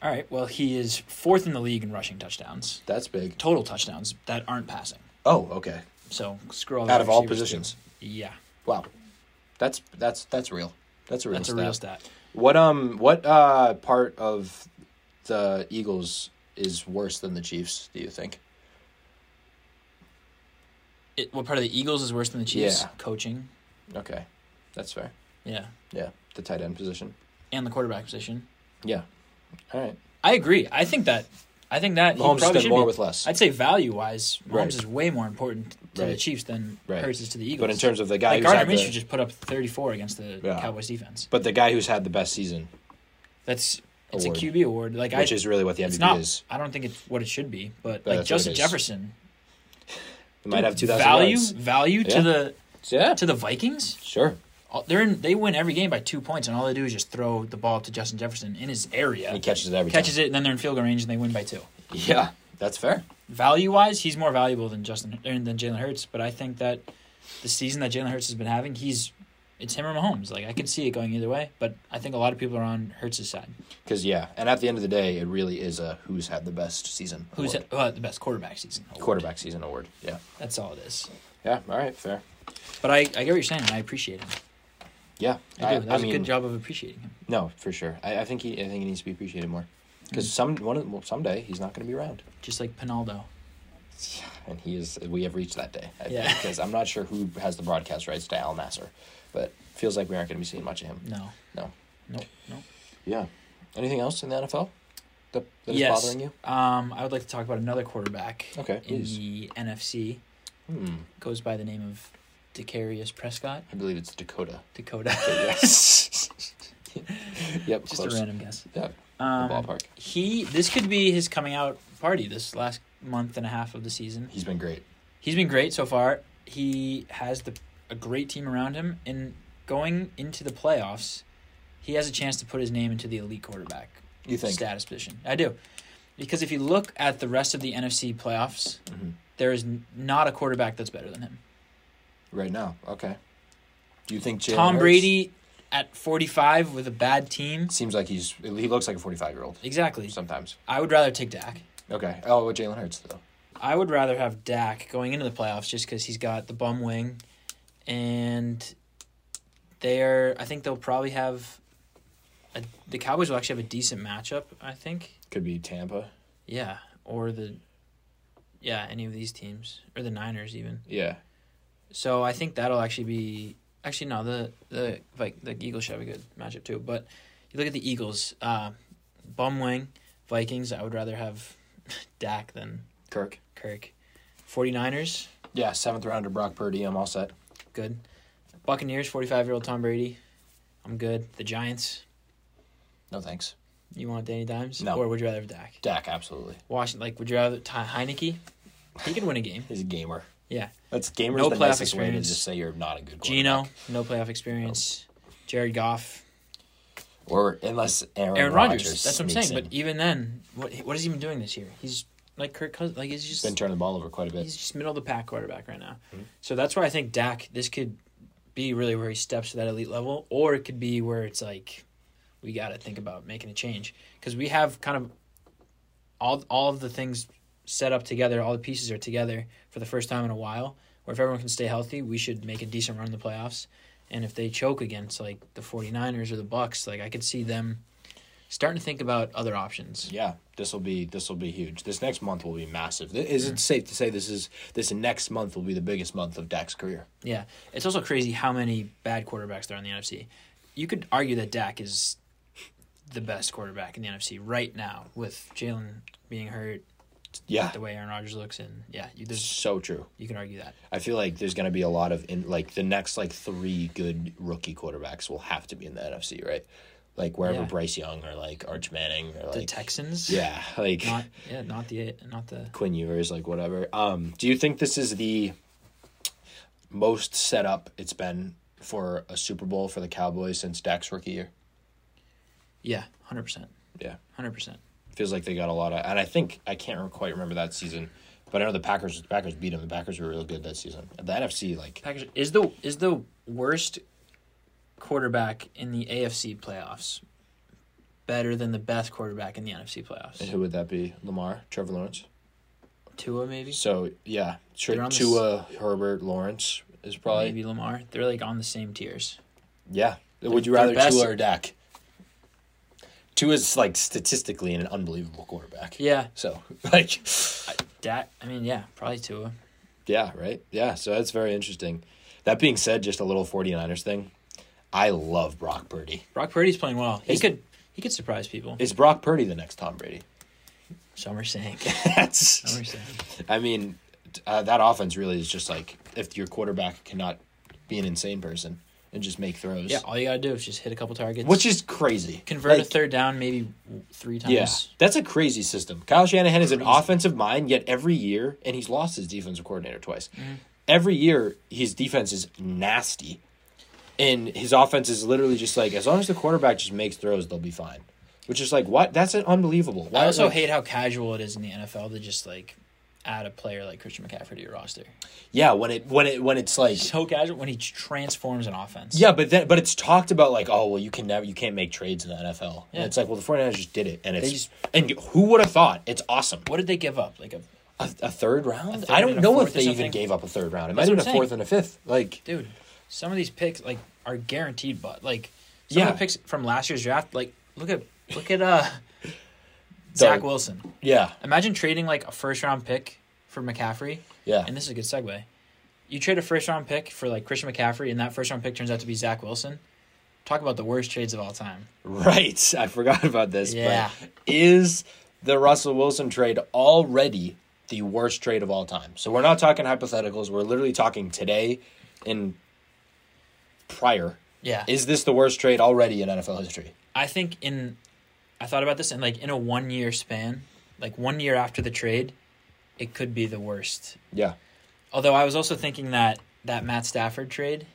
Speaker 2: All right. Well, he is fourth in the league in rushing touchdowns,
Speaker 3: That's big.
Speaker 2: total touchdowns that aren't passing.
Speaker 3: Oh, okay.
Speaker 2: So screw all the
Speaker 3: Out of all
Speaker 2: receivers,
Speaker 3: positions.
Speaker 2: too. Yeah,
Speaker 3: Wow. That's that's that's real. That's a real
Speaker 2: that's a
Speaker 3: stat.
Speaker 2: real stat.
Speaker 3: What um what uh part of the Eagles is worse than the Chiefs, do you think?
Speaker 2: It, what part of the Eagles is worse than the Chiefs?
Speaker 3: Yeah.
Speaker 2: Coaching.
Speaker 3: Okay. That's fair.
Speaker 2: Yeah,
Speaker 3: Yeah. The tight end position.
Speaker 2: and the quarterback position.
Speaker 3: Yeah. All right.
Speaker 2: I agree. I think that. I think that he
Speaker 3: Mahomes
Speaker 2: probably
Speaker 3: has
Speaker 2: should
Speaker 3: done more
Speaker 2: be-
Speaker 3: with less.
Speaker 2: I'd say value wise, Mahomes
Speaker 3: Right.
Speaker 2: is way more important to the
Speaker 3: Right.
Speaker 2: Chiefs than
Speaker 3: Right.
Speaker 2: Hurts is to the Eagles.
Speaker 3: But in terms of the guy
Speaker 2: like
Speaker 3: who's
Speaker 2: Gardner
Speaker 3: had the,
Speaker 2: Minshew just put up 34 against the
Speaker 3: Yeah.
Speaker 2: Cowboys defense.
Speaker 3: but the guy who's had the best season,
Speaker 2: That's it's
Speaker 3: Award.
Speaker 2: a QB award. Like I,
Speaker 3: which is really what the
Speaker 2: it's
Speaker 3: MVP
Speaker 2: not.
Speaker 3: is.
Speaker 2: I don't think it's what it should be. But
Speaker 3: Yeah,
Speaker 2: like
Speaker 3: that's what it
Speaker 2: Justin
Speaker 3: is.
Speaker 2: Jefferson,
Speaker 3: He might have two thousand
Speaker 2: value value
Speaker 3: Yeah.
Speaker 2: to the
Speaker 3: Yeah.
Speaker 2: to the Vikings.
Speaker 3: Sure.
Speaker 2: All- They're in, they win every game by two points, and all they do is just throw the ball to Justin Jefferson in his area.
Speaker 3: And he catches it every
Speaker 2: catches it, and then they're in field goal range, and they win by two.
Speaker 3: time. Yeah. That's fair.
Speaker 2: Value wise, he's more valuable than Justin er, than Jalen Hurts. But I think that the season that Jalen Hurts has been having, he's it's him or Mahomes. Like I could see it going either way, but I think a lot of people are on Hurts' side.
Speaker 3: Because yeah, and at the end of the day, it really is a who's had the best season.
Speaker 2: Who's
Speaker 3: award.
Speaker 2: had, well, the best quarterback season? award.
Speaker 3: quarterback season award? Yeah.
Speaker 2: That's all it is.
Speaker 3: Yeah. All right. Fair.
Speaker 2: But I, I get what you're saying, and I appreciate him.
Speaker 3: Yeah.
Speaker 2: I do. That was
Speaker 3: mean,
Speaker 2: a good job of appreciating him.
Speaker 3: No, for sure. I, I think he. I think he needs to be appreciated more. Because some one of, well, someday he's not going to be around,
Speaker 2: Just like Pinaldo.
Speaker 3: and he is. We have reached that day. I
Speaker 2: Yeah.
Speaker 3: Because I'm not sure who has the broadcast rights to Al Nasser, but feels like we aren't going to be seeing much of him.
Speaker 2: No.
Speaker 3: No.
Speaker 2: Nope. Nope.
Speaker 3: Yeah. Anything else in the NFL that, that is
Speaker 2: Yes.
Speaker 3: bothering you?
Speaker 2: Um, I would like to talk about another quarterback
Speaker 3: Okay,
Speaker 2: in
Speaker 3: Oh, please.
Speaker 2: the NFC.
Speaker 3: Hmm.
Speaker 2: Goes by the name of Dacarius Prescott.
Speaker 3: I believe it's Dakota.
Speaker 2: Dakota.
Speaker 3: Yes. yep.
Speaker 2: Just
Speaker 3: close.
Speaker 2: a random guess.
Speaker 3: Yeah.
Speaker 2: Um,
Speaker 3: ballpark.
Speaker 2: He this could be his coming out party this last month and a half of the season.
Speaker 3: He's been great.
Speaker 2: He's been great so far. He has the a great team around him, and going into the playoffs, he has a chance to put his name into the elite quarterback
Speaker 3: You think?
Speaker 2: status position. I do, because if you look at the rest of the NFC playoffs,
Speaker 3: Mm-hmm.
Speaker 2: there is n- not a quarterback that's better than him.
Speaker 3: Right now. Okay. Do you think Jalen
Speaker 2: Tom
Speaker 3: Hurts-
Speaker 2: Brady at forty five with a bad team.
Speaker 3: seems like he's he looks like a 45 year old
Speaker 2: Exactly.
Speaker 3: sometimes.
Speaker 2: I would rather take Dak.
Speaker 3: Okay. Oh, with Jalen Hurts though.
Speaker 2: I would rather have Dak going into the playoffs just because he's got the bum wing, and they are. I think they'll probably have. A, the Cowboys will actually have a decent matchup. I think.
Speaker 3: Could be Tampa.
Speaker 2: Yeah, or the. Yeah, any of these teams or the Niners even.
Speaker 3: Yeah.
Speaker 2: So I think that'll actually be actually no the the like the Eagles should have a good matchup too. But you look at the Eagles, uh, bum wing Vikings. I would rather have Dak than
Speaker 3: Kirk.
Speaker 2: Kirk. 49ers,
Speaker 3: Yeah, seventh rounder Brock Purdy. I'm all set.
Speaker 2: good. Buccaneers, 45 year old Tom Brady. I'm good. The Giants,
Speaker 3: No thanks.
Speaker 2: you want Danny Dimes?
Speaker 3: No.
Speaker 2: Or would you rather have Dak?
Speaker 3: Dak, absolutely.
Speaker 2: Washington, like, would you rather Ty Heineke? He could win a game.
Speaker 3: He's a gamer.
Speaker 2: Yeah.
Speaker 3: That's gamer's
Speaker 2: No
Speaker 3: the
Speaker 2: playoff
Speaker 3: nicest way to
Speaker 2: experience.
Speaker 3: just say you're not a good
Speaker 2: Gino, no playoff experience. Jared Goff,
Speaker 3: quarterback. Or unless Aaron,
Speaker 2: Aaron
Speaker 3: Rodgers.
Speaker 2: Rodgers. That's what I'm
Speaker 3: sneaks
Speaker 2: saying. But
Speaker 3: in.
Speaker 2: even then, what what is he even doing this year? He's like Kirk Cousins. Like he's just
Speaker 3: been turning the ball over quite a bit. Hmm.
Speaker 2: he's just middle of the pack quarterback right now. So that's where I think Dak this could be really where he steps to that elite level, or it could be where it's like we got to think about making a change because we have kind of all all of the things set up together, all the pieces are together for the first time in a while. Where if everyone can stay healthy, we should make a decent run in the playoffs. And if they choke against like the 49ers or the Bucks, like I could see them starting to think about other options.
Speaker 3: Yeah, this will be this will be huge. This next month will be massive. Th- Is
Speaker 2: Mm.
Speaker 3: it safe to say this is this next month will be the biggest month of Dak's career?
Speaker 2: Yeah, it's also crazy how many bad quarterbacks there are in the NFC. You could argue that Dak is the best quarterback in the NFC right now, with Jalen being hurt,
Speaker 3: Yeah,
Speaker 2: the way Aaron Rodgers looks, and yeah, you, there's,
Speaker 3: so true.
Speaker 2: you can argue that.
Speaker 3: I feel like there's going to be a lot of in like the next like three good rookie quarterbacks will have to be in the NFC, right? like wherever
Speaker 2: Yeah.
Speaker 3: Bryce Young or like Arch Manning or
Speaker 2: the
Speaker 3: like
Speaker 2: Texans.
Speaker 3: yeah, like
Speaker 2: Not yeah, not the not the
Speaker 3: Quinn Ewers, like whatever. Um, do you think this is the most set up it's been for a Super Bowl for the Cowboys since Dak's rookie year?
Speaker 2: yeah, hundred percent.
Speaker 3: Yeah.
Speaker 2: hundred percent.
Speaker 3: feels like they got a lot of and I think I can't quite remember that season, but I know the Packers the Packers beat them. The Packers were real good that season. The NFC like
Speaker 2: Packers is the is the worst quarterback in the AFC playoffs better than the best quarterback in the NFC playoffs.
Speaker 3: who would that be? Lamar, Trevor Lawrence.
Speaker 2: Tua maybe
Speaker 3: So yeah,
Speaker 2: They're
Speaker 3: Tri-
Speaker 2: on the
Speaker 3: Tua, Herbert, Lawrence is probably
Speaker 2: maybe Lamar. They're like on the same tiers.
Speaker 3: yeah. Would you
Speaker 2: Mm-hmm. they're
Speaker 3: rather
Speaker 2: best-
Speaker 3: Tua or Dak? Tua's like statistically an unbelievable quarterback.
Speaker 2: Yeah,
Speaker 3: So like
Speaker 2: Dak. I mean, yeah, probably Tua.
Speaker 3: Yeah, right. Yeah, so that's very interesting. That being said, just a little 49ers thing. I love Brock Purdy.
Speaker 2: Brock Purdy's playing well. He
Speaker 3: Is-
Speaker 2: could he could surprise people.
Speaker 3: Is Brock Purdy the next Tom Brady?
Speaker 2: Some are saying. Some
Speaker 3: That's
Speaker 2: are saying.
Speaker 3: I mean, uh, that offense really is just like if your quarterback cannot be an insane person and just make throws.
Speaker 2: Yeah, all you gotta do is just hit a couple targets.
Speaker 3: Which is crazy.
Speaker 2: convert a
Speaker 3: Like,
Speaker 2: third down maybe three times.
Speaker 3: Yeah. That's a crazy system. Kyle Shanahan is an
Speaker 2: Crazy.
Speaker 3: offensive mind, yet every year, and he's lost his defensive coordinator twice.
Speaker 2: Mm-hmm.
Speaker 3: Every year, his defense is nasty. And his offense is literally just like, as long as the quarterback just makes throws, they'll be fine. Which is like, what? That's unbelievable. Why,
Speaker 2: I also
Speaker 3: like-
Speaker 2: hate how casual it is in the NFL to just like add a player like Christian McCaffrey to your roster.
Speaker 3: Yeah, when it when it when it's like
Speaker 2: So casual when he transforms an offense.
Speaker 3: Yeah, but then but it's talked about like, oh well, you can never you can't make trades in the NFL.
Speaker 2: Yeah.
Speaker 3: And it's like, well, the 49ers just did it, and it's
Speaker 2: They just-
Speaker 3: and who would have thought? It's awesome.
Speaker 2: What did they give up? Like a
Speaker 3: A, a third round?
Speaker 2: third
Speaker 3: I don't
Speaker 2: and a
Speaker 3: know
Speaker 2: fourth
Speaker 3: if
Speaker 2: or
Speaker 3: they even
Speaker 2: something?
Speaker 3: gave up a third round. It might
Speaker 2: That's
Speaker 3: have been
Speaker 2: what
Speaker 3: a
Speaker 2: I'm
Speaker 3: fourth and a fifth. Like,
Speaker 2: dude, some of these picks like are guaranteed but like some
Speaker 3: yeah,
Speaker 2: of the picks from last year's draft, like look at look at uh Zach
Speaker 3: Doug.
Speaker 2: Wilson.
Speaker 3: yeah,
Speaker 2: Imagine trading like a first round pick for McCaffrey.
Speaker 3: yeah,
Speaker 2: And this is a good segue. You trade a first round pick for like Christian McCaffrey, and that first round pick turns out to be Zach Wilson. Talk about the worst trades of all time.
Speaker 3: right. I forgot about this.
Speaker 2: Yeah.
Speaker 3: But is the Russell Wilson trade already the worst trade of all time? So we're not talking hypotheticals. We're literally talking today and prior.
Speaker 2: Yeah.
Speaker 3: Is this the worst trade already in NFL history?
Speaker 2: I think in I thought about this in like in a one year span, like one year after the trade, it could be the worst.
Speaker 3: Yeah.
Speaker 2: Although I was also thinking that that Matt Stafford trade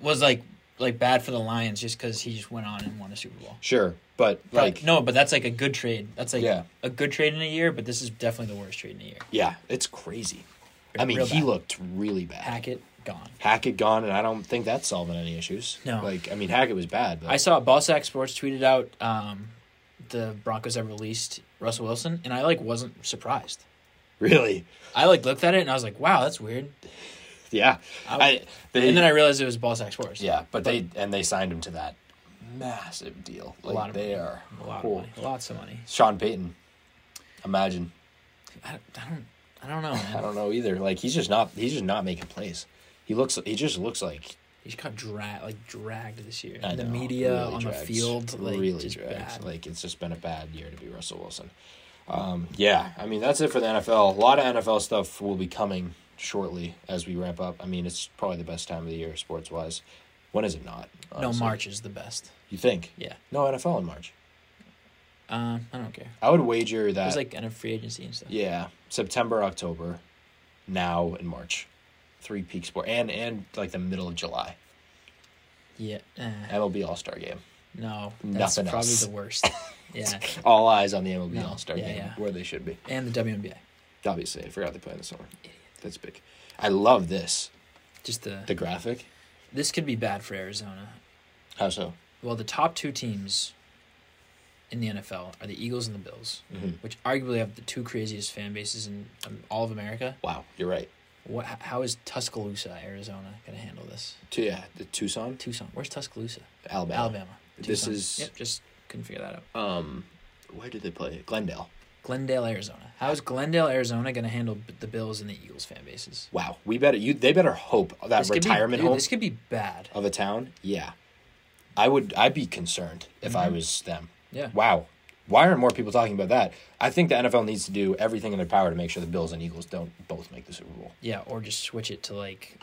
Speaker 2: was like like bad for the Lions just because he just went on and won a Super Bowl.
Speaker 3: Sure, but
Speaker 2: Like,
Speaker 3: like,
Speaker 2: no, but that's like a good trade. That's like
Speaker 3: Yeah.
Speaker 2: a good trade in a year, but this is definitely the worst trade in a year.
Speaker 3: yeah, it's crazy. I mean,
Speaker 2: Real
Speaker 3: he
Speaker 2: bad.
Speaker 3: looked really bad.
Speaker 2: Hackett gone.
Speaker 3: Hackett gone, and I don't think that's solving any issues.
Speaker 2: No.
Speaker 3: like I mean, Hackett was bad. But
Speaker 2: I saw Ballsack Sports tweeted out um, the Broncos have released Russell Wilson, and I like wasn't surprised.
Speaker 3: really,
Speaker 2: I like looked at it and I was like, "Wow, that's weird."
Speaker 3: yeah. I,
Speaker 2: I-
Speaker 3: they,
Speaker 2: and then I realized it was Ballsack Sports.
Speaker 3: yeah, but they and they signed him to that massive deal. Like
Speaker 2: lot of
Speaker 3: they
Speaker 2: money.
Speaker 3: are
Speaker 2: a lot
Speaker 3: cool.
Speaker 2: of money, lots of money.
Speaker 3: Sean Payton, imagine.
Speaker 2: I don't, I don't, I don't know,
Speaker 3: I
Speaker 2: man.
Speaker 3: don't know either. Like he's just not. He's just not making plays. He looks. He just looks like
Speaker 2: He's got drag like dragged this year.
Speaker 3: I
Speaker 2: the
Speaker 3: know,
Speaker 2: media
Speaker 3: really
Speaker 2: on
Speaker 3: drags.
Speaker 2: the field, like
Speaker 3: really
Speaker 2: just
Speaker 3: drags.
Speaker 2: bad.
Speaker 3: Like it's just been a bad year to be Russell Wilson. Um, yeah, I mean that's it for the NFL. A lot of NFL stuff will be coming shortly as we wrap up. I mean it's probably the best time of the year sports wise. When is it not?
Speaker 2: no,
Speaker 3: honestly?
Speaker 2: March is the best.
Speaker 3: You think?
Speaker 2: Yeah,
Speaker 3: No NFL in March.
Speaker 2: um, I don't care.
Speaker 3: I would wager that.
Speaker 2: It's like in a free agency and stuff.
Speaker 3: yeah, September, October, now and March, three peak sport and and like the middle of July.
Speaker 2: Yeah, eh,
Speaker 3: MLB All Star Game.
Speaker 2: no, that's
Speaker 3: Nothing
Speaker 2: probably
Speaker 3: else.
Speaker 2: the worst. yeah,
Speaker 3: All eyes on the MLB
Speaker 2: No,
Speaker 3: All Star
Speaker 2: yeah,
Speaker 3: Game,
Speaker 2: yeah.
Speaker 3: where they should be.
Speaker 2: and the WNBA,
Speaker 3: Obviously, I forgot they play in the summer. That's big. I love this.
Speaker 2: just
Speaker 3: The graphic.
Speaker 2: This could be bad for Arizona.
Speaker 3: How so?
Speaker 2: Well, the top two teams in the NFL are the Eagles and the Bills,
Speaker 3: Mhm.
Speaker 2: which arguably have the two craziest fan bases in um, all of America.
Speaker 3: Wow, you're right.
Speaker 2: What? h- How is Tuscaloosa, Arizona, going to handle this?
Speaker 3: Tu- yeah, the Tucson,
Speaker 2: Tucson. Where's Tuscaloosa?
Speaker 3: Alabama.
Speaker 2: Alabama.
Speaker 3: This
Speaker 2: Tucson.
Speaker 3: is-
Speaker 2: Yep, just couldn't figure that out. Uh,
Speaker 3: Um, where did they play? Glendale.
Speaker 2: Glendale, Arizona. How is Glendale, Arizona, going to handle b- the Bills and the Eagles fan bases?
Speaker 3: Wow, we better you. They better hope that
Speaker 2: This could be-
Speaker 3: retirement
Speaker 2: dude,
Speaker 3: home Uh,
Speaker 2: This could be bad.
Speaker 3: of a town. Yeah, I would. I'd be concerned if
Speaker 2: Mm-hmm.
Speaker 3: I was them.
Speaker 2: Yeah.
Speaker 3: Wow. Why aren't more people talking about that? I think the NFL needs to do everything in their power to make sure the Bills and Eagles don't both make the Super Bowl.
Speaker 2: Yeah, or just switch it to like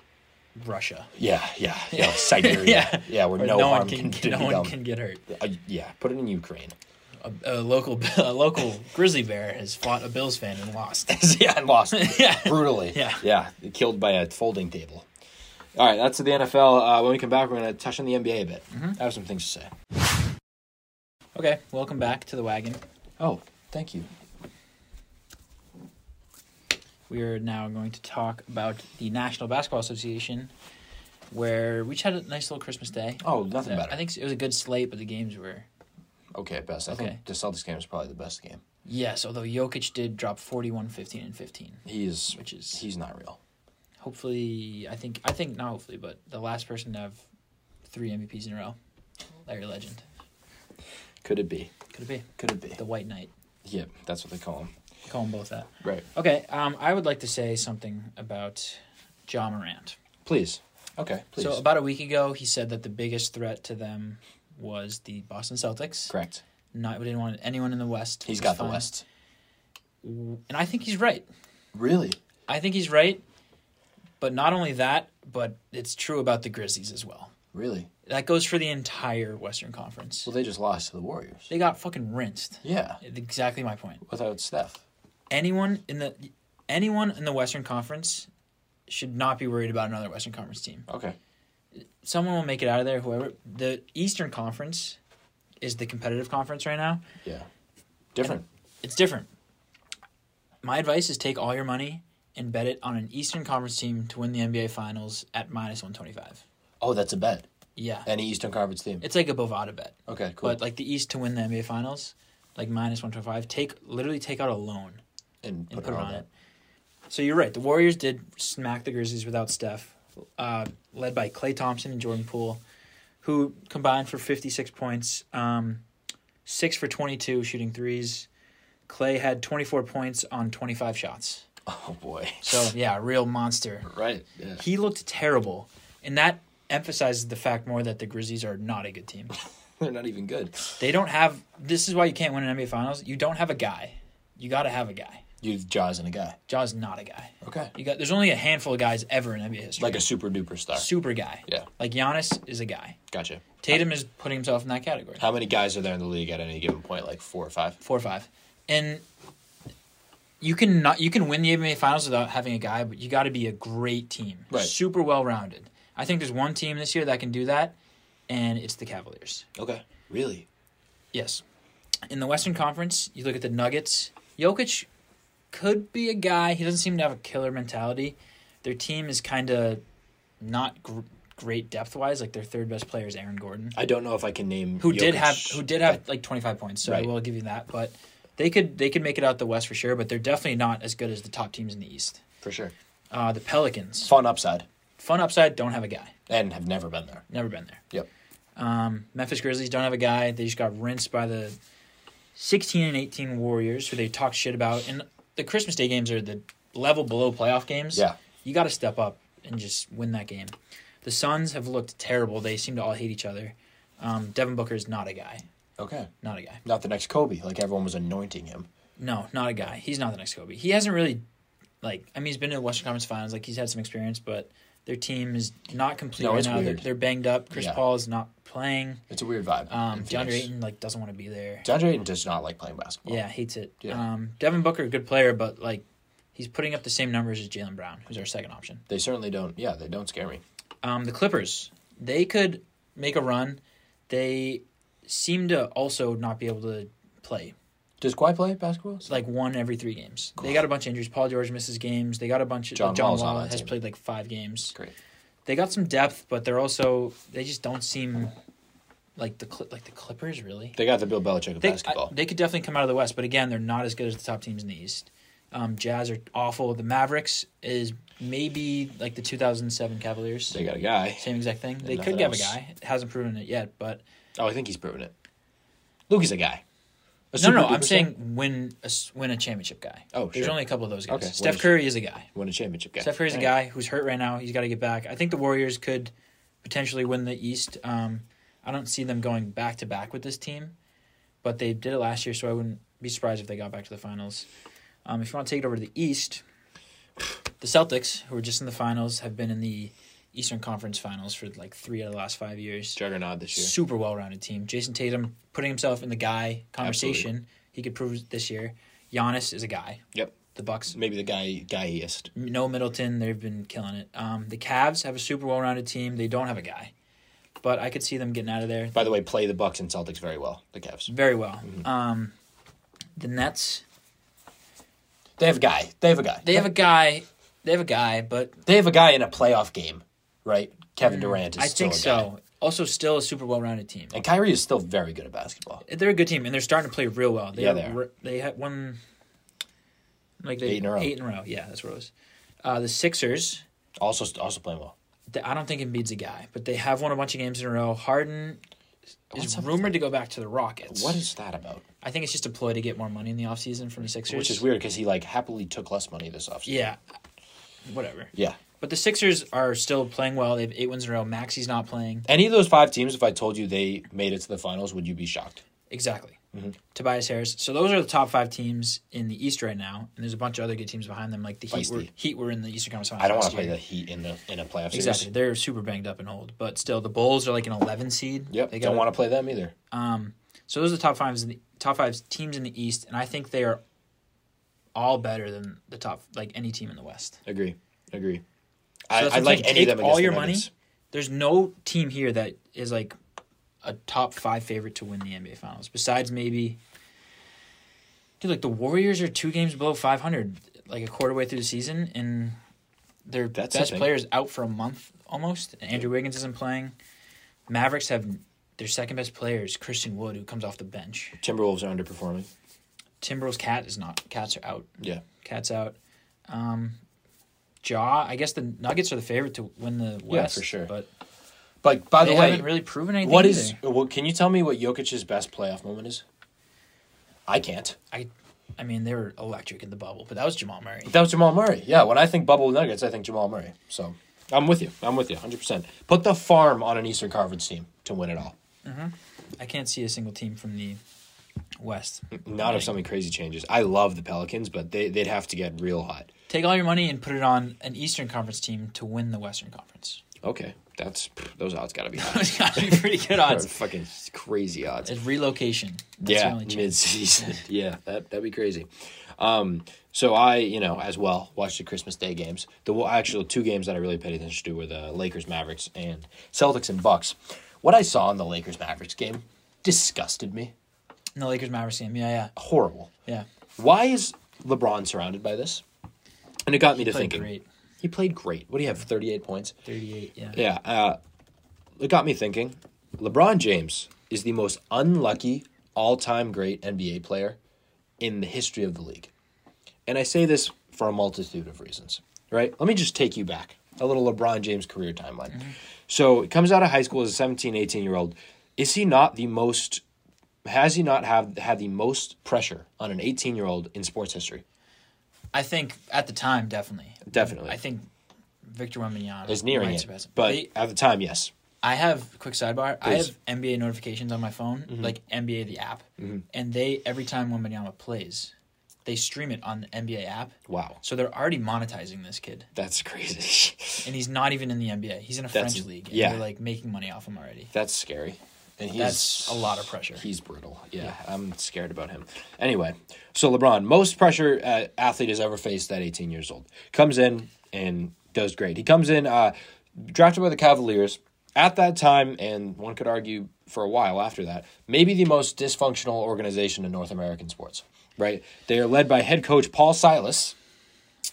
Speaker 2: Russia.
Speaker 3: Yeah, yeah, yeah. Siberia. yeah.
Speaker 2: Yeah.
Speaker 3: where
Speaker 2: Where
Speaker 3: no,
Speaker 2: no
Speaker 3: harm
Speaker 2: one
Speaker 3: can, do
Speaker 2: can, no
Speaker 3: them.
Speaker 2: one can get hurt.
Speaker 3: Uh, yeah, put it in Ukraine.
Speaker 2: A, a local a local grizzly bear has fought a Bills fan and lost.
Speaker 3: yeah, and lost
Speaker 2: yeah.
Speaker 3: brutally.
Speaker 2: Yeah.
Speaker 3: yeah, killed by a folding table. All right, that's the NFL. Uh, when we come back, we're going to touch on the NBA a bit.
Speaker 2: Mm-hmm.
Speaker 3: I have some things to say.
Speaker 2: Okay, welcome back to the wagon.
Speaker 3: Oh, thank you.
Speaker 2: We are now going to talk about the National Basketball Association, where we just had a nice little Christmas day.
Speaker 3: Oh, nothing better.
Speaker 2: I think it was a good slate, but the games were
Speaker 3: okay, best. I
Speaker 2: Okay.
Speaker 3: think the Celtics game is probably the best game.
Speaker 2: yes. Although Jokic did drop 41, 15, and fifteen,
Speaker 3: He's
Speaker 2: which is
Speaker 3: he's not real.
Speaker 2: hopefully I think I think not hopefully, but the last person to have three MVPs in a row, Larry Legend,
Speaker 3: Could it be?
Speaker 2: could it be
Speaker 3: Could it be?
Speaker 2: the White Knight?
Speaker 3: Yeah, that's what they call him.
Speaker 2: Call them both that.
Speaker 3: Right.
Speaker 2: Okay, um, I would like to say something about Ja Morant.
Speaker 3: Please. Okay. Please.
Speaker 2: So about a week ago, he said that the biggest threat to them was the Boston Celtics.
Speaker 3: Correct.
Speaker 2: Not we didn't want anyone in the West.
Speaker 3: He's
Speaker 2: It was
Speaker 3: got the
Speaker 2: fine.
Speaker 3: West.
Speaker 2: and I think he's right.
Speaker 3: Really?
Speaker 2: I think he's right. But not only that, but it's true about the Grizzlies as well.
Speaker 3: Really?
Speaker 2: That goes for the entire Western Conference.
Speaker 3: Well, they just lost to the Warriors.
Speaker 2: They got fucking rinsed.
Speaker 3: Yeah.
Speaker 2: Exactly my point.
Speaker 3: Without Steph.
Speaker 2: Anyone in the anyone in the Western Conference should not be worried about another Western Conference team.
Speaker 3: Okay.
Speaker 2: Someone will make it out of there. Whoever the Eastern Conference is the competitive conference right now.
Speaker 3: Yeah. Different.
Speaker 2: It's different. My advice is take all your money and bet it on an Eastern Conference team to win the NBA Finals at minus 125.
Speaker 3: Oh, that's a bet.
Speaker 2: Yeah.
Speaker 3: Any Eastern Conference team.
Speaker 2: It's like a Bovada bet.
Speaker 3: Okay, cool.
Speaker 2: But like the East to win the NBA Finals, like minus 125, take literally take out a loan
Speaker 3: and
Speaker 2: and put, it on it. So you're right. The Warriors did smack the Grizzlies without Steph, uh, led by Clay Thompson and Jordan Poole, who combined for 56 points, um, six for 22 shooting threes. Clay had 24 points on 25 shots.
Speaker 3: Oh boy.
Speaker 2: So yeah, real monster.
Speaker 3: Right. Yeah.
Speaker 2: He looked terrible, and that emphasizes the fact more that the Grizzlies are not a good team.
Speaker 3: They're not even good.
Speaker 2: They don't have. This is why you can't win an NBA Finals. You don't have a guy. You got to have a guy.
Speaker 3: You've Jaws and a guy.
Speaker 2: Jaw's not a guy.
Speaker 3: Okay.
Speaker 2: You got. There's only a handful of guys ever in NBA history.
Speaker 3: Like a super duper star.
Speaker 2: super guy.
Speaker 3: Yeah.
Speaker 2: Like Giannis is a guy.
Speaker 3: Gotcha.
Speaker 2: Tatum is putting himself in that category.
Speaker 3: How many guys are there in the league at any given point? Like four or five?
Speaker 2: Four or five, and you can not. You can win the NBA Finals without having a guy, but you got to be a great team.
Speaker 3: Right.
Speaker 2: Super well rounded. I think there's one team this year that can do that, and it's the Cavaliers.
Speaker 3: Okay. Really?
Speaker 2: Yes. In the Western Conference, you look at the Nuggets. Jokic could be a guy. He doesn't seem to have a killer mentality. Their team is kind of not gr- great depth wise. Like their third best player is Aaron Gordon,
Speaker 3: I don't know if I can name
Speaker 2: who did
Speaker 3: Jokic.
Speaker 2: have who did have like twenty five points. So
Speaker 3: Right.
Speaker 2: I will give you that. But they could they could make it out the West for sure. But they're definitely not as good as the top teams in the East.
Speaker 3: for sure.
Speaker 2: Uh, the Pelicans,
Speaker 3: Fun upside.
Speaker 2: fun upside, don't have a guy.
Speaker 3: And have never been there.
Speaker 2: Never been there.
Speaker 3: Yep.
Speaker 2: Um, Memphis Grizzlies don't have a guy. They just got rinsed by the 16 and 18 Warriors, who they talk shit about. And the Christmas Day games are the level below playoff games.
Speaker 3: Yeah.
Speaker 2: You got to step up and just win that game. The Suns have looked terrible. They seem to all hate each other. Um, Devin Booker is not a guy.
Speaker 3: Okay.
Speaker 2: Not a guy.
Speaker 3: Not the next Kobe. Like everyone was anointing him.
Speaker 2: No, not a guy. He's not the next Kobe. He hasn't really, like, I mean, he's been to the Western Conference Finals. Like, he's had some experience, but their team is not complete
Speaker 3: No,
Speaker 2: right
Speaker 3: it's
Speaker 2: now. They're-
Speaker 3: weird.
Speaker 2: They're, banged up. Chris
Speaker 3: Yeah.
Speaker 2: Paul is not playing.
Speaker 3: It's a weird vibe.
Speaker 2: Um,
Speaker 3: in
Speaker 2: DeAndre
Speaker 3: Phoenix.
Speaker 2: Ayton like doesn't want to be there.
Speaker 3: DeAndre Ayton does not like playing basketball.
Speaker 2: Yeah, hates it.
Speaker 3: Oh. Yeah.
Speaker 2: Um, Devin Booker, good player, but like he's putting up the same numbers as Jalen Brown, who's our second option.
Speaker 3: They certainly don't. Yeah, they don't scare me.
Speaker 2: Um, the Clippers, they could make a run. They seem to also not be able to play.
Speaker 3: Does Kawhi play basketball?
Speaker 2: It's like one every three games. They got a bunch of injuries. Paul George misses games. They got a bunch of
Speaker 3: John
Speaker 2: John, John
Speaker 3: Wall's on
Speaker 2: Wall
Speaker 3: that
Speaker 2: has
Speaker 3: team.
Speaker 2: played like five games.
Speaker 3: Great.
Speaker 2: They got some depth, but they're also they just don't seem like the Cl- like the Clippers really.
Speaker 3: They got the Bill Belichick of
Speaker 2: They,
Speaker 3: basketball.
Speaker 2: I- they could definitely come out of the West, but again, they're not as good as the top teams in the East. Um, Jazz are awful. The Mavericks is maybe like the 2007 Cavaliers.
Speaker 3: they got a guy.
Speaker 2: Same exact thing. They
Speaker 3: nothing
Speaker 2: could have a
Speaker 3: else.
Speaker 2: guy. It hasn't proven it yet, but
Speaker 3: Oh, I think he's proven it. Luke's a guy. A
Speaker 2: no, no,
Speaker 3: super
Speaker 2: I'm
Speaker 3: duper star?
Speaker 2: saying win a s- win a championship guy.
Speaker 3: Oh,
Speaker 2: there's
Speaker 3: sure.
Speaker 2: only a couple of those guys.
Speaker 3: Okay, win
Speaker 2: Steph
Speaker 3: a-
Speaker 2: Curry is a guy.
Speaker 3: won a championship guy.
Speaker 2: Steph Curry's a
Speaker 3: Dang.
Speaker 2: guy who's hurt right now. He's got to get back. I think the Warriors could potentially win the East. Um, I don't see them going back to back with this team, but they did it last year, so I wouldn't be surprised if they got back to the finals. Um, if you want to take it over to the East, the Celtics, who were just in the finals, have been in the Eastern Conference Finals for like three out of the last five years.
Speaker 3: Juggernaut this year.
Speaker 2: Super well rounded team. Jason Tatum putting himself in the guy conversation. He could prove it this year. Giannis is a guy.
Speaker 3: Yep.
Speaker 2: The Bucks,
Speaker 3: Maybe the guy guyest.
Speaker 2: no Middleton, they've been killing it. Um, the Cavs have a super well rounded team. They don't have a guy, but I could see them getting out of there
Speaker 3: By the way, play the Bucks and Celtics very well. The Cavs.
Speaker 2: very well.
Speaker 3: Mm-hmm.
Speaker 2: Um, the Nets,
Speaker 3: They have a guy. They have a guy.
Speaker 2: they have a guy. They have a guy, but
Speaker 3: They have a guy in a playoff game, right? Kevin Durant is
Speaker 2: Mm, I
Speaker 3: still
Speaker 2: think
Speaker 3: a guy.
Speaker 2: so. Also, still a super well rounded team.
Speaker 3: And Kyrie is still very good at basketball.
Speaker 2: They're a good team, and they're starting to play real well. They
Speaker 3: Yeah,
Speaker 2: they
Speaker 3: they are.
Speaker 2: they had one like they
Speaker 3: Eight in a row.
Speaker 2: Eight in a row. Yeah, that's what it was. Uh, the Sixers.
Speaker 3: Also, also playing well.
Speaker 2: th- I don't think Embiid's a guy, but they have won a bunch of games in a row. Harden
Speaker 3: What's
Speaker 2: is
Speaker 3: up with
Speaker 2: rumored to go back to the Rockets.
Speaker 3: What is that about?
Speaker 2: I think it's just a ploy to get more money in the offseason from the Sixers.
Speaker 3: Which is weird because he like happily took less money this offseason.
Speaker 2: Yeah, whatever.
Speaker 3: Yeah.
Speaker 2: But the Sixers are still playing well. They have eight wins in a row. Maxi's not playing.
Speaker 3: Any of those five teams, if I told you they made it to the finals, would you be shocked?
Speaker 2: Exactly.
Speaker 3: Mm-hmm.
Speaker 2: Tobias Harris. So those are the top five teams in the East right now, and there's a bunch of other good teams behind them. Like the Heat,
Speaker 3: Feisty.
Speaker 2: were, Heat were in the Eastern Conference Finals.
Speaker 3: I don't want
Speaker 2: last
Speaker 3: to play
Speaker 2: year.
Speaker 3: the Heat in the in a playoff series.
Speaker 2: Exactly. They're super banged up and old, but still, the Bulls are like an 11 seed.
Speaker 3: Yep.
Speaker 2: They
Speaker 3: don't
Speaker 2: gotta-
Speaker 3: want to play them either.
Speaker 2: Um, so those are the top fives in the top five teams in the East, and I think they are all better than the top like any team in the West.
Speaker 3: Agree. Agree.
Speaker 2: So
Speaker 3: I,
Speaker 2: that's
Speaker 3: I'd
Speaker 2: what I'm
Speaker 3: like
Speaker 2: saying.
Speaker 3: any of
Speaker 2: Take
Speaker 3: them.
Speaker 2: all
Speaker 3: against
Speaker 2: your
Speaker 3: the
Speaker 2: money.
Speaker 3: Nuggets.
Speaker 2: There's no team here that is like a top five favorite to win the NBA Finals, besides maybe. Dude, like the Warriors are two games below 500, like a quarter way through the season, and their
Speaker 3: That's
Speaker 2: best
Speaker 3: something.
Speaker 2: player is out for a month almost. And Andrew Wiggins isn't playing. Mavericks have their second best player is Christian Wood, who comes off the bench.
Speaker 3: Timberwolves are underperforming.
Speaker 2: Timberwolves cat is not. Cats are out.
Speaker 3: Yeah.
Speaker 2: Cats out. Um, Jaw. I guess the Nuggets are the favorite to win the West.
Speaker 3: for sure.
Speaker 2: But
Speaker 3: But by
Speaker 2: they
Speaker 3: the way,
Speaker 2: haven't really proven anything.
Speaker 3: what is?
Speaker 2: either.
Speaker 3: Well, can you tell me what Jokic's best playoff moment is? I can't.
Speaker 2: I, I mean, they were electric in the bubble, but that was Jamal Murray.
Speaker 3: That was Jamal Murray. Yeah, when I think bubble nuggets, I think Jamal Murray. So I'm with you. I'm with you 100%. Put the farm on an Eastern Conference team to win it all.
Speaker 2: I can't see a single team from the West.
Speaker 3: Not if something crazy changes. I love the Pelicans, but they, they'd have to get real hot.
Speaker 2: Take all your money and put it on an Eastern Conference team to win the Western Conference.
Speaker 3: Okay, that's pff, those odds got to be high.
Speaker 2: it's got to be pretty good
Speaker 3: They're
Speaker 2: odds.
Speaker 3: fucking crazy odds.
Speaker 2: It's relocation. That's the
Speaker 3: yeah,
Speaker 2: only chance.
Speaker 3: mid season. yeah, that that'd be crazy. Um, so I, you know, as well watched the Christmas Day games. The well, actual two games that I really paid attention to were the Lakers Mavericks and Celtics and Bucks. What I saw in the Lakers Mavericks game disgusted me.
Speaker 2: And the Lakers Mavericks game. Yeah, yeah,
Speaker 3: Horrible.
Speaker 2: yeah.
Speaker 3: Why is LeBron surrounded by this? And it got me to
Speaker 2: Played
Speaker 3: thinking.
Speaker 2: great.
Speaker 3: He played great. What do you have? Thirty eight points.
Speaker 2: Thirty-eight. Yeah.
Speaker 3: Yeah, uh, it got me thinking. LeBron James is the most unlucky all-time great NBA player in the history of the league, and I say this for a multitude of reasons. Right? Let me just take you back a little LeBron James career timeline.
Speaker 2: Mm-hmm.
Speaker 3: So it comes out of high school as a 17, 18 year old. Is he not the most? Has he not have had the most pressure on an 18 year old in sports history?
Speaker 2: I think at the time, definitely.
Speaker 3: Definitely.
Speaker 2: I think Victor Wembanyama
Speaker 3: Is nearing
Speaker 2: might
Speaker 3: it,
Speaker 2: surpass him.
Speaker 3: but
Speaker 2: They-
Speaker 3: at the time, yes.
Speaker 2: I have quick sidebar.
Speaker 3: Please. Mm-hmm.
Speaker 2: I have NBA notifications on my phone, like NBA the app, and they every time Wembanyama plays, they stream it on the NBA app.
Speaker 3: Wow,
Speaker 2: So they're already monetizing this kid,
Speaker 3: that's crazy.
Speaker 2: and he's not even in the NBA. He's in a
Speaker 3: That's-
Speaker 2: French league, and
Speaker 3: yeah.
Speaker 2: they're like making money off him already.
Speaker 3: That's scary. And he's
Speaker 2: That's a lot of pressure.
Speaker 3: He's brutal. Yeah, I'm scared about him. Anyway, so LeBron, most pressure uh, athlete has ever faced at 18 years old, comes in and does great. He comes in uh, drafted by the Cavaliers at that time, and one could argue for a while after that, maybe the most dysfunctional organization in North American sports. Right? They are led by head coach Paul Silas.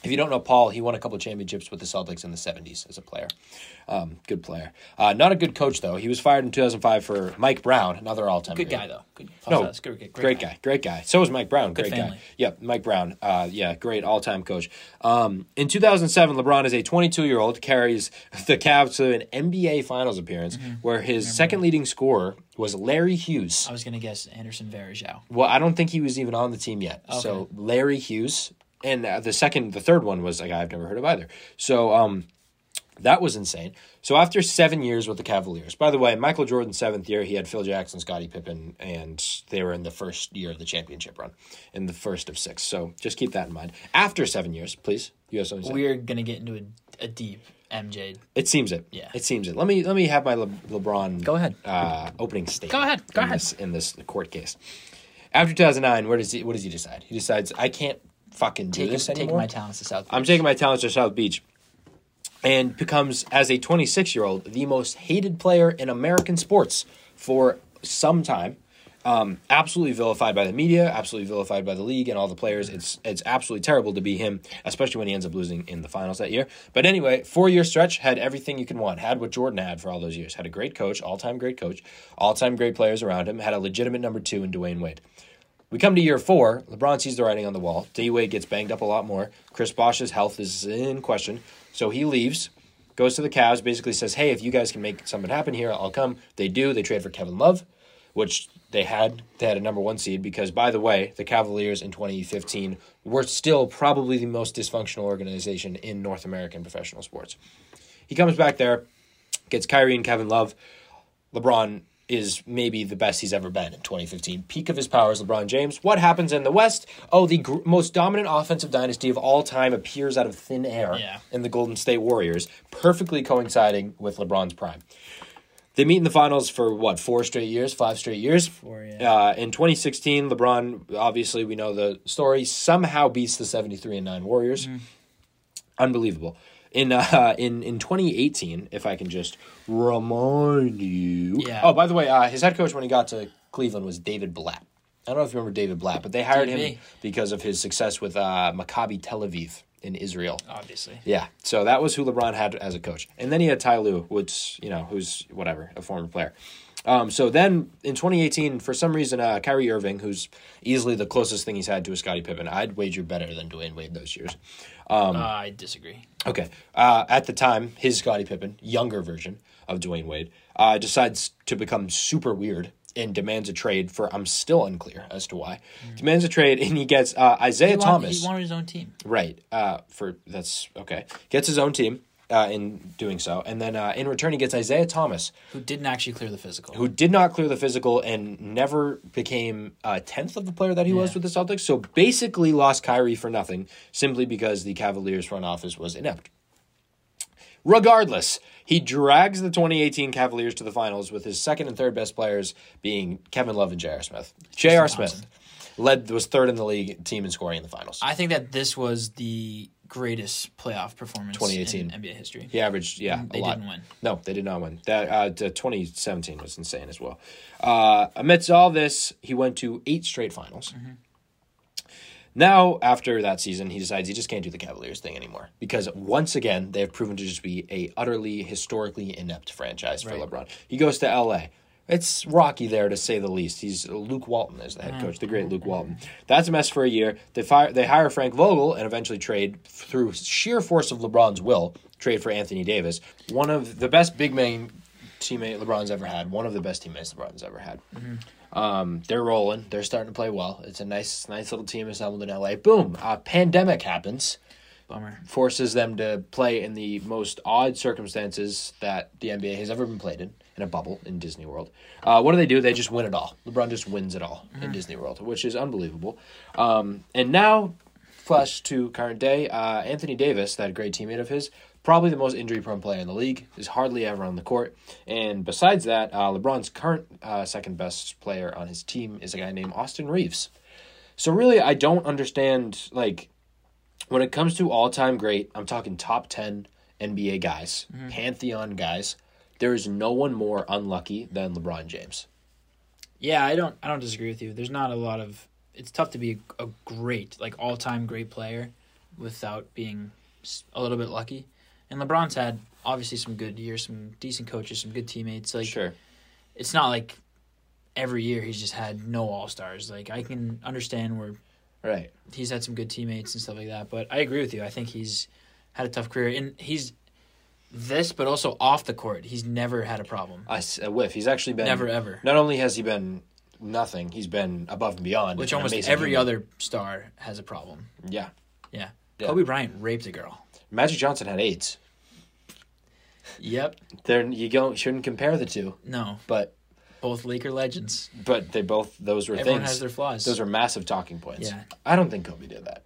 Speaker 3: If you don't know Paul, he won a couple championships with the Celtics in the 70s as a player. Um, good player. Uh, not a good coach, though. He was fired in 2005 for Mike Brown, another all time
Speaker 2: Good guy though. Good,
Speaker 3: No,
Speaker 2: that's good, good-
Speaker 3: great, guy. Great guy. So was Mike Brown. great guy.
Speaker 2: family.
Speaker 3: Yeah, Mike Brown. Uh, yeah, great all time coach. Um, in 2007, LeBron is a 22 year old, carries the Cavs to an NBA Finals appearance
Speaker 2: Mm-hmm.
Speaker 3: where his second leading scorer was Larry Hughes.
Speaker 2: I was gonna guess Anderson Varejao.
Speaker 3: Well, I don't think he was even on the team yet. So Larry Hughes, and uh, the second, the third one was a guy I've never heard of either. So um, that was insane. So after seven years with the Cavaliers, by the way, Michael Jordan's seventh year, he had Phil Jackson, Scottie Pippen, and they were in the first year of the championship run, in the first of six. So just keep that in mind. After seven years, please, you have something to say.
Speaker 2: We're gonna get into a, a deep MJ.
Speaker 3: It seems it.
Speaker 2: Yeah.
Speaker 3: It seems it. Let me let me have my Le- LeBron.
Speaker 2: Go ahead.
Speaker 3: Uh, opening statement.
Speaker 2: Go ahead. Go
Speaker 3: in
Speaker 2: ahead.
Speaker 3: This, in this court case, after 2009, where does he? What does he decide? He decides I can't fucking do
Speaker 2: Taking,
Speaker 3: this
Speaker 2: taking
Speaker 3: anymore.
Speaker 2: my talents to South.
Speaker 3: I'm
Speaker 2: Beach.
Speaker 3: taking my talents to South Beach, and becomes as a 26 year old the most hated player in American sports for some time. Um, absolutely vilified by the media, absolutely vilified by the league and all the players. It's it's absolutely terrible to be him, especially when he ends up losing in the finals that year. But anyway, four year stretch had everything you can want. Had what Jordan had for all those years. Had a great coach, all time great coach, all time great players around him. Had a legitimate number two in Dwayne Wade. We come to year four. LeBron sees the writing on the wall. D Wade gets banged up a lot more. Chris Bosh's health is in question. So he leaves, goes to the Cavs, basically says, Hey, if you guys can make something happen here, I'll come. They do. They trade for Kevin Love, which they had. They had a number one seed because, by the way, the Cavaliers in 2015 were still probably the most dysfunctional organization in North American professional sports. He comes back there, gets Kyrie and Kevin Love. LeBron is maybe the best he's ever been in 2015. Peak of his powers, LeBron James. What happens in the West? Oh, the gr- most dominant offensive dynasty of all time appears out of thin air
Speaker 2: Yeah.
Speaker 3: in the Golden State Warriors, perfectly coinciding with LeBron's prime. They meet in the finals for what, four straight years, five straight years?
Speaker 2: Four, yeah.
Speaker 3: Uh, in 2016, LeBron, obviously, we know the story, somehow beats the 73 and 9 Warriors
Speaker 2: Mm-hmm.
Speaker 3: unbelievable. In uh, in in 2018, if I can just remind you.
Speaker 2: Yeah.
Speaker 3: Oh, by the way, uh, his head coach when he got to Cleveland was David Blatt. I don't know if you remember David Blatt, but they hired him
Speaker 2: DB.
Speaker 3: because of his success with uh, Maccabi Tel Aviv in Israel.
Speaker 2: Oh, obviously.
Speaker 3: Yeah, so that was who LeBron had as a coach, and then he had Ty Lue, which you know, who's whatever, a former player. Um, so then in 2018, for some reason, uh, Kyrie Irving, who's easily the closest thing he's had to a Scottie Pippen, I'd wager better than Dwayne Wade those years.
Speaker 2: Uh, I disagree.
Speaker 3: Okay. Uh, at the time, his Scottie Pippen, younger version of Dwayne Wade, uh, decides to become super weird and demands a trade for, I'm still unclear as to why, demands a trade, and he gets uh, Isaiah
Speaker 2: Mm. He wanted,
Speaker 3: Thomas.
Speaker 2: he wanted his own team.
Speaker 3: Right. Uh, for That's okay. Gets his own team uh, in doing so. And then uh, in return, he gets Isaiah Thomas,
Speaker 2: who didn't actually clear the physical.
Speaker 3: who did not clear the physical and never became a tenth of the player that he was
Speaker 2: Yeah.
Speaker 3: with the Celtics. So basically lost Kyrie for nothing simply because the Cavaliers front office was inept. Regardless, he drags the 2018 Cavaliers to the finals with his second and third best players being Kevin Love and J.R. Smith. J.R. Smith led was third in the league team in scoring in the finals.
Speaker 2: I think that this was the greatest playoff performance
Speaker 3: 2018.
Speaker 2: in NBA history.
Speaker 3: He averaged, yeah, a
Speaker 2: Mm, They
Speaker 3: lot.
Speaker 2: didn't win.
Speaker 3: No, they did not win. That uh, the 2017 was insane as well. Uh, amidst all this, he went to eight straight finals.
Speaker 2: Mm-hmm.
Speaker 3: Now, after that season, he decides he just can't do the Cavaliers thing anymore because once again they have proven to just be a utterly historically inept franchise for LeBron. He goes to L.A. It's rocky there to say the least. He's Luke Walton is the head coach, the great Luke Walton. That's a mess for a year. They fire, they hire Frank Vogel, and eventually trade through sheer force of LeBron's will, trade for Anthony Davis, one of the best big man teammate LeBron's ever had, one of the best teammates LeBron's ever had. Um, they're rolling. They're starting to play well. It's a nice, nice little team assembled in LA. Boom! A pandemic happens,
Speaker 2: Bummer.
Speaker 3: forces them to play in the most odd circumstances that the NBA has ever been played in, in a bubble in Disney World. Uh, what do they do? They just win it all. LeBron just wins it all in Disney World, which is unbelievable. Um, and now, flash to current day, uh, Anthony Davis, that great teammate of his. Probably the most injury-prone player in the league is hardly ever on the court, and besides that, uh, LeBron's current uh, second best player on his team is a guy named Austin Reeves. So really, I don't understand like when it comes to all time great, I'm talking top 10 NBA guys,
Speaker 2: Mm-hmm.
Speaker 3: Pantheon guys. There is no one more unlucky than LeBron James.
Speaker 2: Yeah, I don't. I don't disagree with you. There's not a lot of. It's tough to be a, a great, like all time great player, without being s- a little bit lucky. And LeBron's had obviously some good years, some decent coaches, some good teammates. Like it's not like every year he's just had no all stars. Like I can understand where
Speaker 3: Right.
Speaker 2: he's had some good teammates and stuff like that. But I agree with you. I think he's had a tough career, and he's this, but also off the court, he's never had a problem.
Speaker 3: A, s- a whiff. He's actually been.
Speaker 2: Never ever.
Speaker 3: Not only has he been nothing, he's been above and beyond.
Speaker 2: Which
Speaker 3: An
Speaker 2: almost
Speaker 3: amazing
Speaker 2: every
Speaker 3: human.
Speaker 2: other star has a problem.
Speaker 3: Yeah.
Speaker 2: Yeah.
Speaker 3: Yeah.
Speaker 2: Kobe Bryant raped a girl.
Speaker 3: Magic Johnson had AIDS.
Speaker 2: Yep.
Speaker 3: There, you don't, shouldn't compare the two,
Speaker 2: No.
Speaker 3: but
Speaker 2: Both Laker legends.
Speaker 3: but they both, those were
Speaker 2: Everyone
Speaker 3: things.
Speaker 2: has their flaws.
Speaker 3: those are massive talking points.
Speaker 2: Yeah.
Speaker 3: I don't think Kobe did that.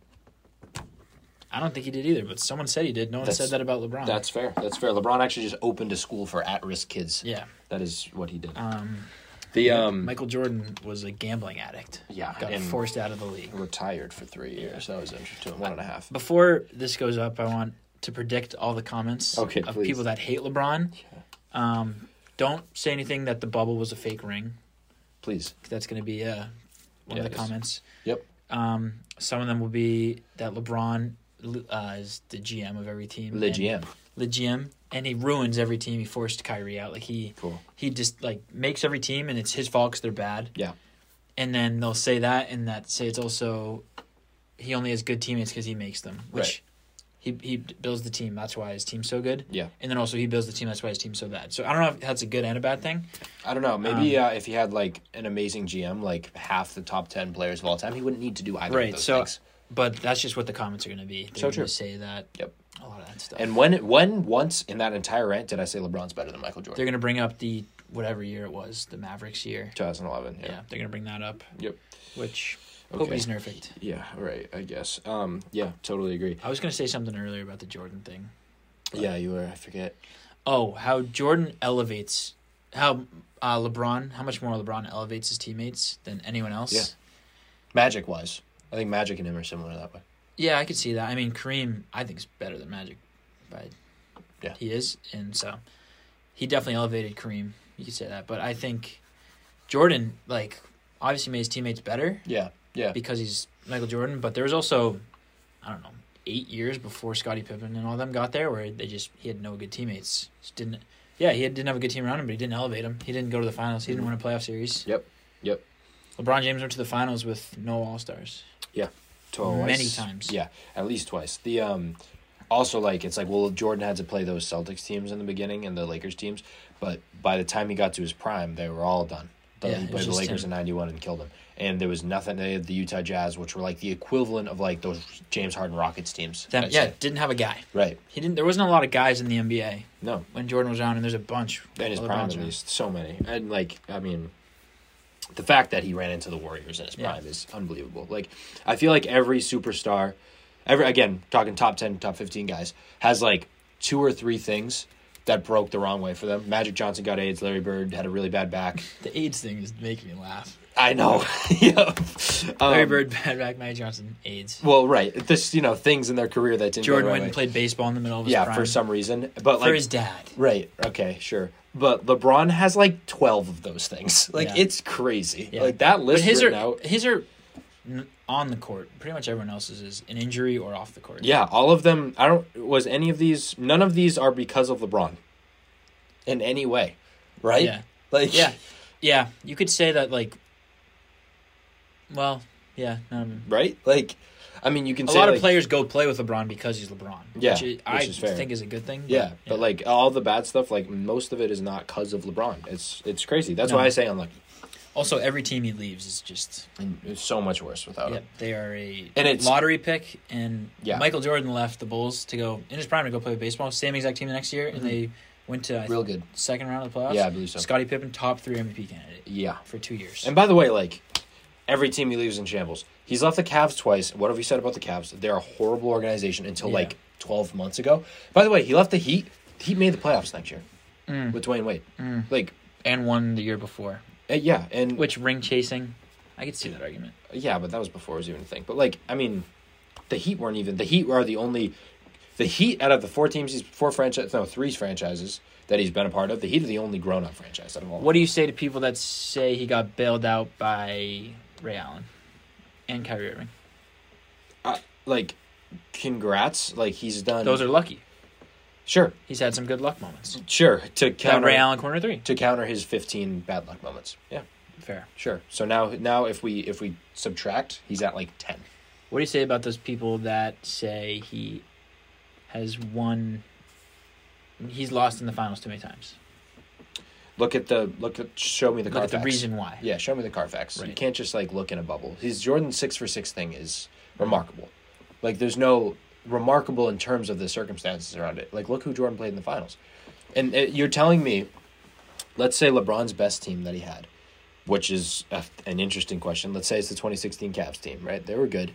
Speaker 2: I don't think he did either, but someone said he did. No one
Speaker 3: That's-
Speaker 2: said that about LeBron.
Speaker 3: That's fair. That's fair. LeBron actually just opened a school for at-risk kids.
Speaker 2: yeah.
Speaker 3: That is what he did.
Speaker 2: Um,
Speaker 3: the um
Speaker 2: Michael Jordan was a gambling addict.
Speaker 3: Yeah,
Speaker 2: got
Speaker 3: and-
Speaker 2: forced out of the league.
Speaker 3: retired for three years. That was interesting. One and a half.
Speaker 2: Before this goes up, I want to predict all the comments
Speaker 3: Okay,
Speaker 2: of
Speaker 3: please.
Speaker 2: people that hate LeBron. Um, don't say anything that the bubble was a fake ring.
Speaker 3: Please.
Speaker 2: That's going to be uh, one
Speaker 3: Yeah,
Speaker 2: of
Speaker 3: it
Speaker 2: the
Speaker 3: is.
Speaker 2: comments.
Speaker 3: Yep.
Speaker 2: Um, some of them will be that LeBron uh, is the GM of every team.
Speaker 3: Le
Speaker 2: and-
Speaker 3: GM.
Speaker 2: the GM, and he ruins every team. He forced Kyrie out. Like he
Speaker 3: Cool.
Speaker 2: he just like makes every team, and it's his fault because they're bad.
Speaker 3: Yeah.
Speaker 2: And then they'll say that, and that say it's also he only has good teammates because he makes them, which he he builds the team. That's why his team's so good.
Speaker 3: Yeah.
Speaker 2: And then also he builds the team. That's why his team's so bad. So I don't know if that's a good and a bad thing.
Speaker 3: I don't know. Maybe
Speaker 2: Um,
Speaker 3: uh, if he had like an amazing GM, like half the top ten players of all time, he wouldn't need to do either of
Speaker 2: Right.
Speaker 3: those
Speaker 2: So,
Speaker 3: things.
Speaker 2: but that's just what the comments are going to be. They're
Speaker 3: So
Speaker 2: gonna
Speaker 3: true.
Speaker 2: Say that.
Speaker 3: Yep.
Speaker 2: A lot of that stuff.
Speaker 3: And when when once in that entire rant did I say LeBron's better than Michael
Speaker 2: they're
Speaker 3: Jordan?
Speaker 2: going to bring up the whatever year it was, the Mavericks year.
Speaker 3: 2011.
Speaker 2: Yeah,
Speaker 3: Yeah.
Speaker 2: they're going to bring that up,
Speaker 3: Yep.
Speaker 2: which
Speaker 3: Okay.
Speaker 2: Kobe's perfect.
Speaker 3: Yeah. Right. I guess. Um. Yeah. Totally agree.
Speaker 2: I was gonna say something earlier about the Jordan thing.
Speaker 3: Yeah. You were. I forget.
Speaker 2: Oh, how Jordan elevates, how uh, LeBron, how much more LeBron elevates his teammates than anyone else.
Speaker 3: Yeah. Magic wise, I think Magic and him are similar that way.
Speaker 2: Yeah, I could see that. I mean, Kareem, I think is better than Magic, but
Speaker 3: Yeah.
Speaker 2: he is, and so he definitely elevated Kareem. You could say that, but I think Jordan, like, obviously made his teammates better
Speaker 3: Yeah. Yeah.
Speaker 2: because he's Michael Jordan, but there was also, I don't know, eight years before Scottie Pippen and all them got there where they just he had no good teammates. Just didn't. Yeah, he had, didn't have a good team around him, but he didn't elevate him. He didn't go to the finals. He didn't win a playoff series.
Speaker 3: Mm-hmm. Yep. Yep.
Speaker 2: LeBron James went to the finals with no All Stars.
Speaker 3: twice.
Speaker 2: Many times.
Speaker 3: Yeah, at least twice. The um, also like it's like well, Jordan had to play those Celtics teams in the beginning and the Lakers teams, but by the time he got to his prime, they were all done. The,
Speaker 2: Yeah,
Speaker 3: he
Speaker 2: it
Speaker 3: played
Speaker 2: was
Speaker 3: the
Speaker 2: just
Speaker 3: Lakers
Speaker 2: him.
Speaker 3: in '91 and killed them, and there was nothing. They had the Utah Jazz, which were like the equivalent of like those James Harden Rockets teams.
Speaker 2: Them,
Speaker 3: I'd
Speaker 2: yeah,
Speaker 3: say.
Speaker 2: didn't have a guy.
Speaker 3: right.
Speaker 2: He didn't. There wasn't a lot of guys in the NBA
Speaker 3: No,
Speaker 2: when Jordan was around, and there's a bunch.
Speaker 3: in his
Speaker 2: while
Speaker 3: prime
Speaker 2: LeBron's
Speaker 3: at
Speaker 2: around.
Speaker 3: least, so many, and like I mean, the fact that he ran into the Warriors in his
Speaker 2: Yeah.
Speaker 3: prime is unbelievable. Like I feel like every superstar, every again talking top ten, top fifteen guys has like two or three things that broke the wrong way for them. Magic Johnson got AIDS. Larry Bird had a really bad back.
Speaker 2: The AIDS thing is making me laugh.
Speaker 3: I know. yeah.
Speaker 2: Larry
Speaker 3: Um,
Speaker 2: Bird, Bad Rack, Magic Johnson, AIDS.
Speaker 3: Well, right. This you know things in their career that didn't. go
Speaker 2: Jordan
Speaker 3: right
Speaker 2: went and
Speaker 3: way.
Speaker 2: played baseball in the middle of his
Speaker 3: Yeah,
Speaker 2: prime
Speaker 3: for some reason, but
Speaker 2: for
Speaker 3: like
Speaker 2: his dad.
Speaker 3: Right. Okay. Sure. But LeBron has like twelve of those things. Like
Speaker 2: Yeah.
Speaker 3: it's crazy.
Speaker 2: Yeah.
Speaker 3: Like that
Speaker 2: But
Speaker 3: list
Speaker 2: his are
Speaker 3: written out.
Speaker 2: his are n- on the court. Pretty much everyone else's is an injury or off the court.
Speaker 3: Yeah, all of them. I don't. Was any of these? None of these are because of LeBron, in any way, right?
Speaker 2: Yeah.
Speaker 3: Like
Speaker 2: yeah, yeah. You could say that like. Well, yeah. No,
Speaker 3: right. Like, I mean, you can
Speaker 2: a
Speaker 3: say
Speaker 2: lot
Speaker 3: like-
Speaker 2: of players go play with LeBron because he's LeBron.
Speaker 3: Yeah,
Speaker 2: which,
Speaker 3: which
Speaker 2: I
Speaker 3: is fair.
Speaker 2: think is a good thing.
Speaker 3: Yeah, but like all the bad stuff, like most of it is not because of LeBron. It's it's crazy. That's
Speaker 2: No.
Speaker 3: why I say unlucky.
Speaker 2: also every team he leaves is just
Speaker 3: And it's so much worse without
Speaker 2: yeah,
Speaker 3: him.
Speaker 2: they are a
Speaker 3: Uh, And it's-
Speaker 2: lottery pick. And
Speaker 3: Yeah.
Speaker 2: Michael Jordan left the Bulls to go in his prime to go play baseball. Same exact team the next year, and they went to I
Speaker 3: Mm-hmm. Real
Speaker 2: think,
Speaker 3: good.
Speaker 2: second round of the playoffs.
Speaker 3: Yeah, I believe so.
Speaker 2: Scottie Pippen, top three MVP candidate.
Speaker 3: Yeah.
Speaker 2: for two years.
Speaker 3: And by the way, like every team he leaves in shambles. He's left the Cavs twice. What have we said about the Cavs? They're a horrible organization until
Speaker 2: Yeah.
Speaker 3: like twelve months ago. By the way, he left the Heat. The Heat made the playoffs next year with Dwayne Wade. Like,
Speaker 2: and one the year before,
Speaker 3: eh, yeah, and
Speaker 2: which ring chasing, I could see that argument.
Speaker 3: yeah, but that was before it was even a thing. But like, I mean, the Heat weren't even. The Heat are the only. The Heat out of the four teams, he's four franchise, no, three franchises that he's been a part of. The Heat are the only grown-up franchise out of all.
Speaker 2: What do you say to people that say he got bailed out by Ray Allen and Kyrie Irving?
Speaker 3: I- like, congrats! Like he's done.
Speaker 2: Those are lucky.
Speaker 3: sure,
Speaker 2: He's had some good luck moments.
Speaker 3: sure to
Speaker 2: That
Speaker 3: counter.
Speaker 2: Ray Allen corner three.
Speaker 3: to counter his 15 bad luck moments. Yeah,
Speaker 2: Fair.
Speaker 3: sure. So now now if we if we subtract, he's at like 10.
Speaker 2: What do you say about those people that say he has won? He's lost in the finals too many times.
Speaker 3: Look at the look at show me the
Speaker 2: Look at
Speaker 3: Carfax.
Speaker 2: the reason why.
Speaker 3: Yeah, show me the Carfax. You
Speaker 2: Right.
Speaker 3: can't just like look in a bubble. His Jordan 6 for 6 thing is remarkable. Like there's no remarkable in terms of the circumstances around it. Like look who Jordan played in the finals. And uh you're telling me let's say LeBron's best team that he had, which is a, an interesting question. Let's say it's the 2016 Cavs team, right? They were good.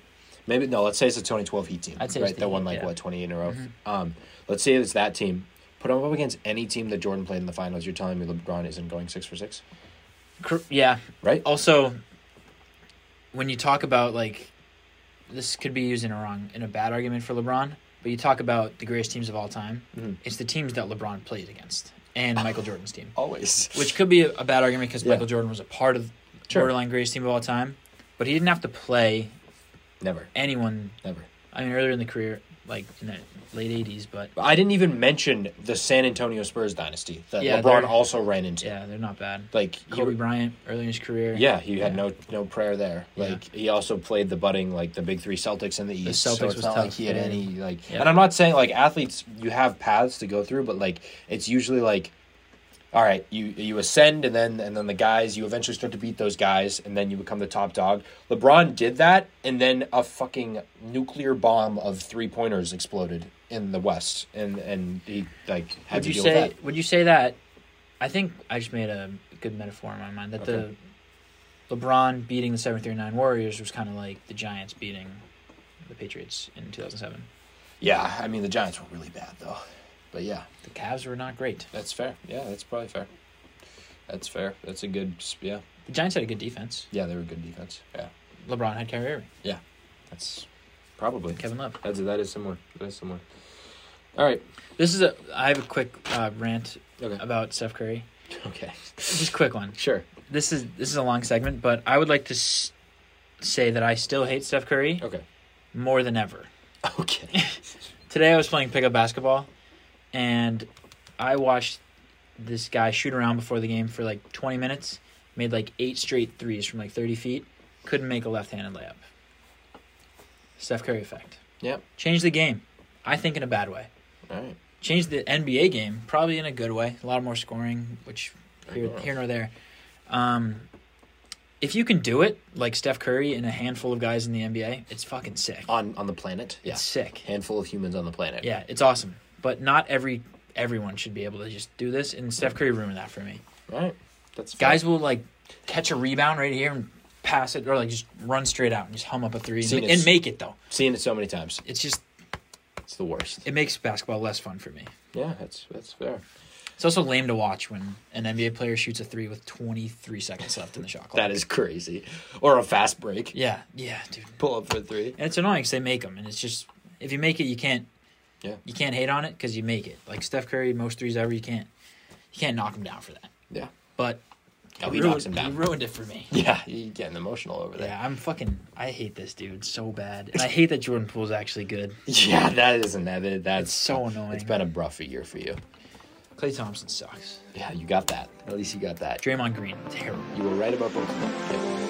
Speaker 3: Maybe no. Let's say it's a 2012 Heat team,
Speaker 4: I'd say it's
Speaker 3: right?
Speaker 4: the
Speaker 3: That won
Speaker 4: Heat,
Speaker 3: like
Speaker 4: yeah. Mm-hmm.
Speaker 3: what 28 in a row. Um, let's say it's that team. Put them up against any team that Jordan played in the finals. You're telling me LeBron isn't going six for six,
Speaker 2: Cor- yeah.
Speaker 3: right?
Speaker 2: Also, when you talk about like, this could be used in a wrong in a bad argument for LeBron, but you talk about the greatest teams of all time.
Speaker 3: Mhm.
Speaker 2: It's the teams that LeBron played against and Michael Jordan's team,
Speaker 3: Always.
Speaker 2: which could be a, a bad argument because
Speaker 3: Yeah.
Speaker 2: Michael Jordan was a part of the
Speaker 3: Sure.
Speaker 2: borderline greatest team of all time, but he didn't have to play
Speaker 3: never,
Speaker 2: anyone.
Speaker 3: never.
Speaker 2: I mean, earlier in the career, like in the late '80s, but
Speaker 3: I didn't even mention the San Antonio Spurs dynasty that
Speaker 2: Yeah,
Speaker 3: LeBron
Speaker 2: they're-
Speaker 3: also ran into.
Speaker 2: yeah, they're not bad.
Speaker 3: Like he
Speaker 2: Kobe Bryant early in his career.
Speaker 3: Yeah, he had
Speaker 2: Yeah.
Speaker 3: no no prayer there.
Speaker 2: Yeah.
Speaker 3: Like he also played the budding like the big three Celtics in the East.
Speaker 2: Celtics
Speaker 3: so it's
Speaker 2: was
Speaker 3: not
Speaker 2: tough,
Speaker 3: like he had
Speaker 2: yeah.
Speaker 3: any like.
Speaker 2: Yeah.
Speaker 3: And I'm not saying like athletes you have paths to go through, but like it's usually like, all right, you you ascend and then and then the guys you eventually start to beat those guys and then you become the top dog. LeBron did that, and then a fucking nuclear bomb of three pointers exploded in the West, and and he like had
Speaker 2: Would
Speaker 3: to
Speaker 2: you
Speaker 3: deal
Speaker 2: say
Speaker 3: with
Speaker 2: would you say that I think I just made a good metaphor in my mind that
Speaker 3: Okay.
Speaker 2: the LeBron beating the 739 Warriors was kind of like the Giants beating the Patriots in 2007.
Speaker 3: that. Yeah, I mean the Giants were really bad though, but yeah.
Speaker 2: The Cavs were not great.
Speaker 3: That's fair. Yeah, that's probably fair. That's fair. That's a good. Yeah,
Speaker 2: The Giants had a good defense.
Speaker 3: yeah, they were good defense. Yeah,
Speaker 2: LeBron had Kyrie Irving,
Speaker 3: that's probably.
Speaker 2: Kevin Love.
Speaker 3: That's that is similar. That is similar. All right.
Speaker 2: This is a I have a quick uh, rant
Speaker 3: Okay.
Speaker 2: about Steph Curry.
Speaker 3: Okay.
Speaker 2: Just a quick one.
Speaker 3: Sure.
Speaker 2: This is this is a long segment, but I would like to s- say that I still hate Steph Curry
Speaker 3: Okay.
Speaker 2: more than ever.
Speaker 3: Okay.
Speaker 2: Today I was playing pickup basketball, and I watched this guy shoot around before the game for like 20 minutes. Made like eight straight threes from like 30 feet. Couldn't make a left-handed layup. Steph Curry effect.
Speaker 3: Yep.
Speaker 2: Changed the game. I think in a bad way.
Speaker 3: All right.
Speaker 2: Changed the NBA game probably in a good way. A lot more scoring, which here, here nor there. Um, if you can do it like Steph Curry and a handful of guys in the NBA, it's fucking sick.
Speaker 3: On on the planet. Yeah.
Speaker 2: It's sick.
Speaker 3: Handful of humans on the planet.
Speaker 2: Yeah, it's awesome. But not every everyone should be able to just do this. And Steph Curry ruined that for me.
Speaker 3: All right. That's fair.
Speaker 2: Guys will like catch a rebound right here and pass it, or like just run straight out and just hum up a three and,
Speaker 3: Seen it.
Speaker 2: and make it though.
Speaker 3: Seen it so many times.
Speaker 2: It's just
Speaker 3: It's the worst.
Speaker 2: it makes basketball less fun for me.
Speaker 3: Yeah. That's that's fair.
Speaker 2: It's also lame to watch when an NBA player shoots a three with 23 seconds left in the shot clock.
Speaker 3: That is crazy. Or a fast break.
Speaker 2: yeah, yeah, dude.
Speaker 3: Pull up for three.
Speaker 2: And it's annoying because they make them, and it's just if you make it, you can't.
Speaker 3: Yeah.
Speaker 2: You can't hate on it because you make it. Like Steph Curry, most threes ever, you can't. You can't knock him down for that.
Speaker 3: Yeah.
Speaker 2: But
Speaker 3: Oh,
Speaker 2: he
Speaker 3: he
Speaker 2: ruined-
Speaker 3: knocks him
Speaker 2: He
Speaker 3: down.
Speaker 2: ruined it for me.
Speaker 3: Yeah. You're getting emotional over there.
Speaker 2: Yeah, I'm fucking. I hate this dude so bad, and I hate that Jordan Poole's actually good.
Speaker 3: Yeah, that isn't that. that- That's
Speaker 2: It's so annoying.
Speaker 3: It's been a rough year for you.
Speaker 2: Clay Thompson sucks.
Speaker 3: Yeah, you got that. At least you got that.
Speaker 2: Draymond Green, terrible.
Speaker 3: You were right about both of them. Yep.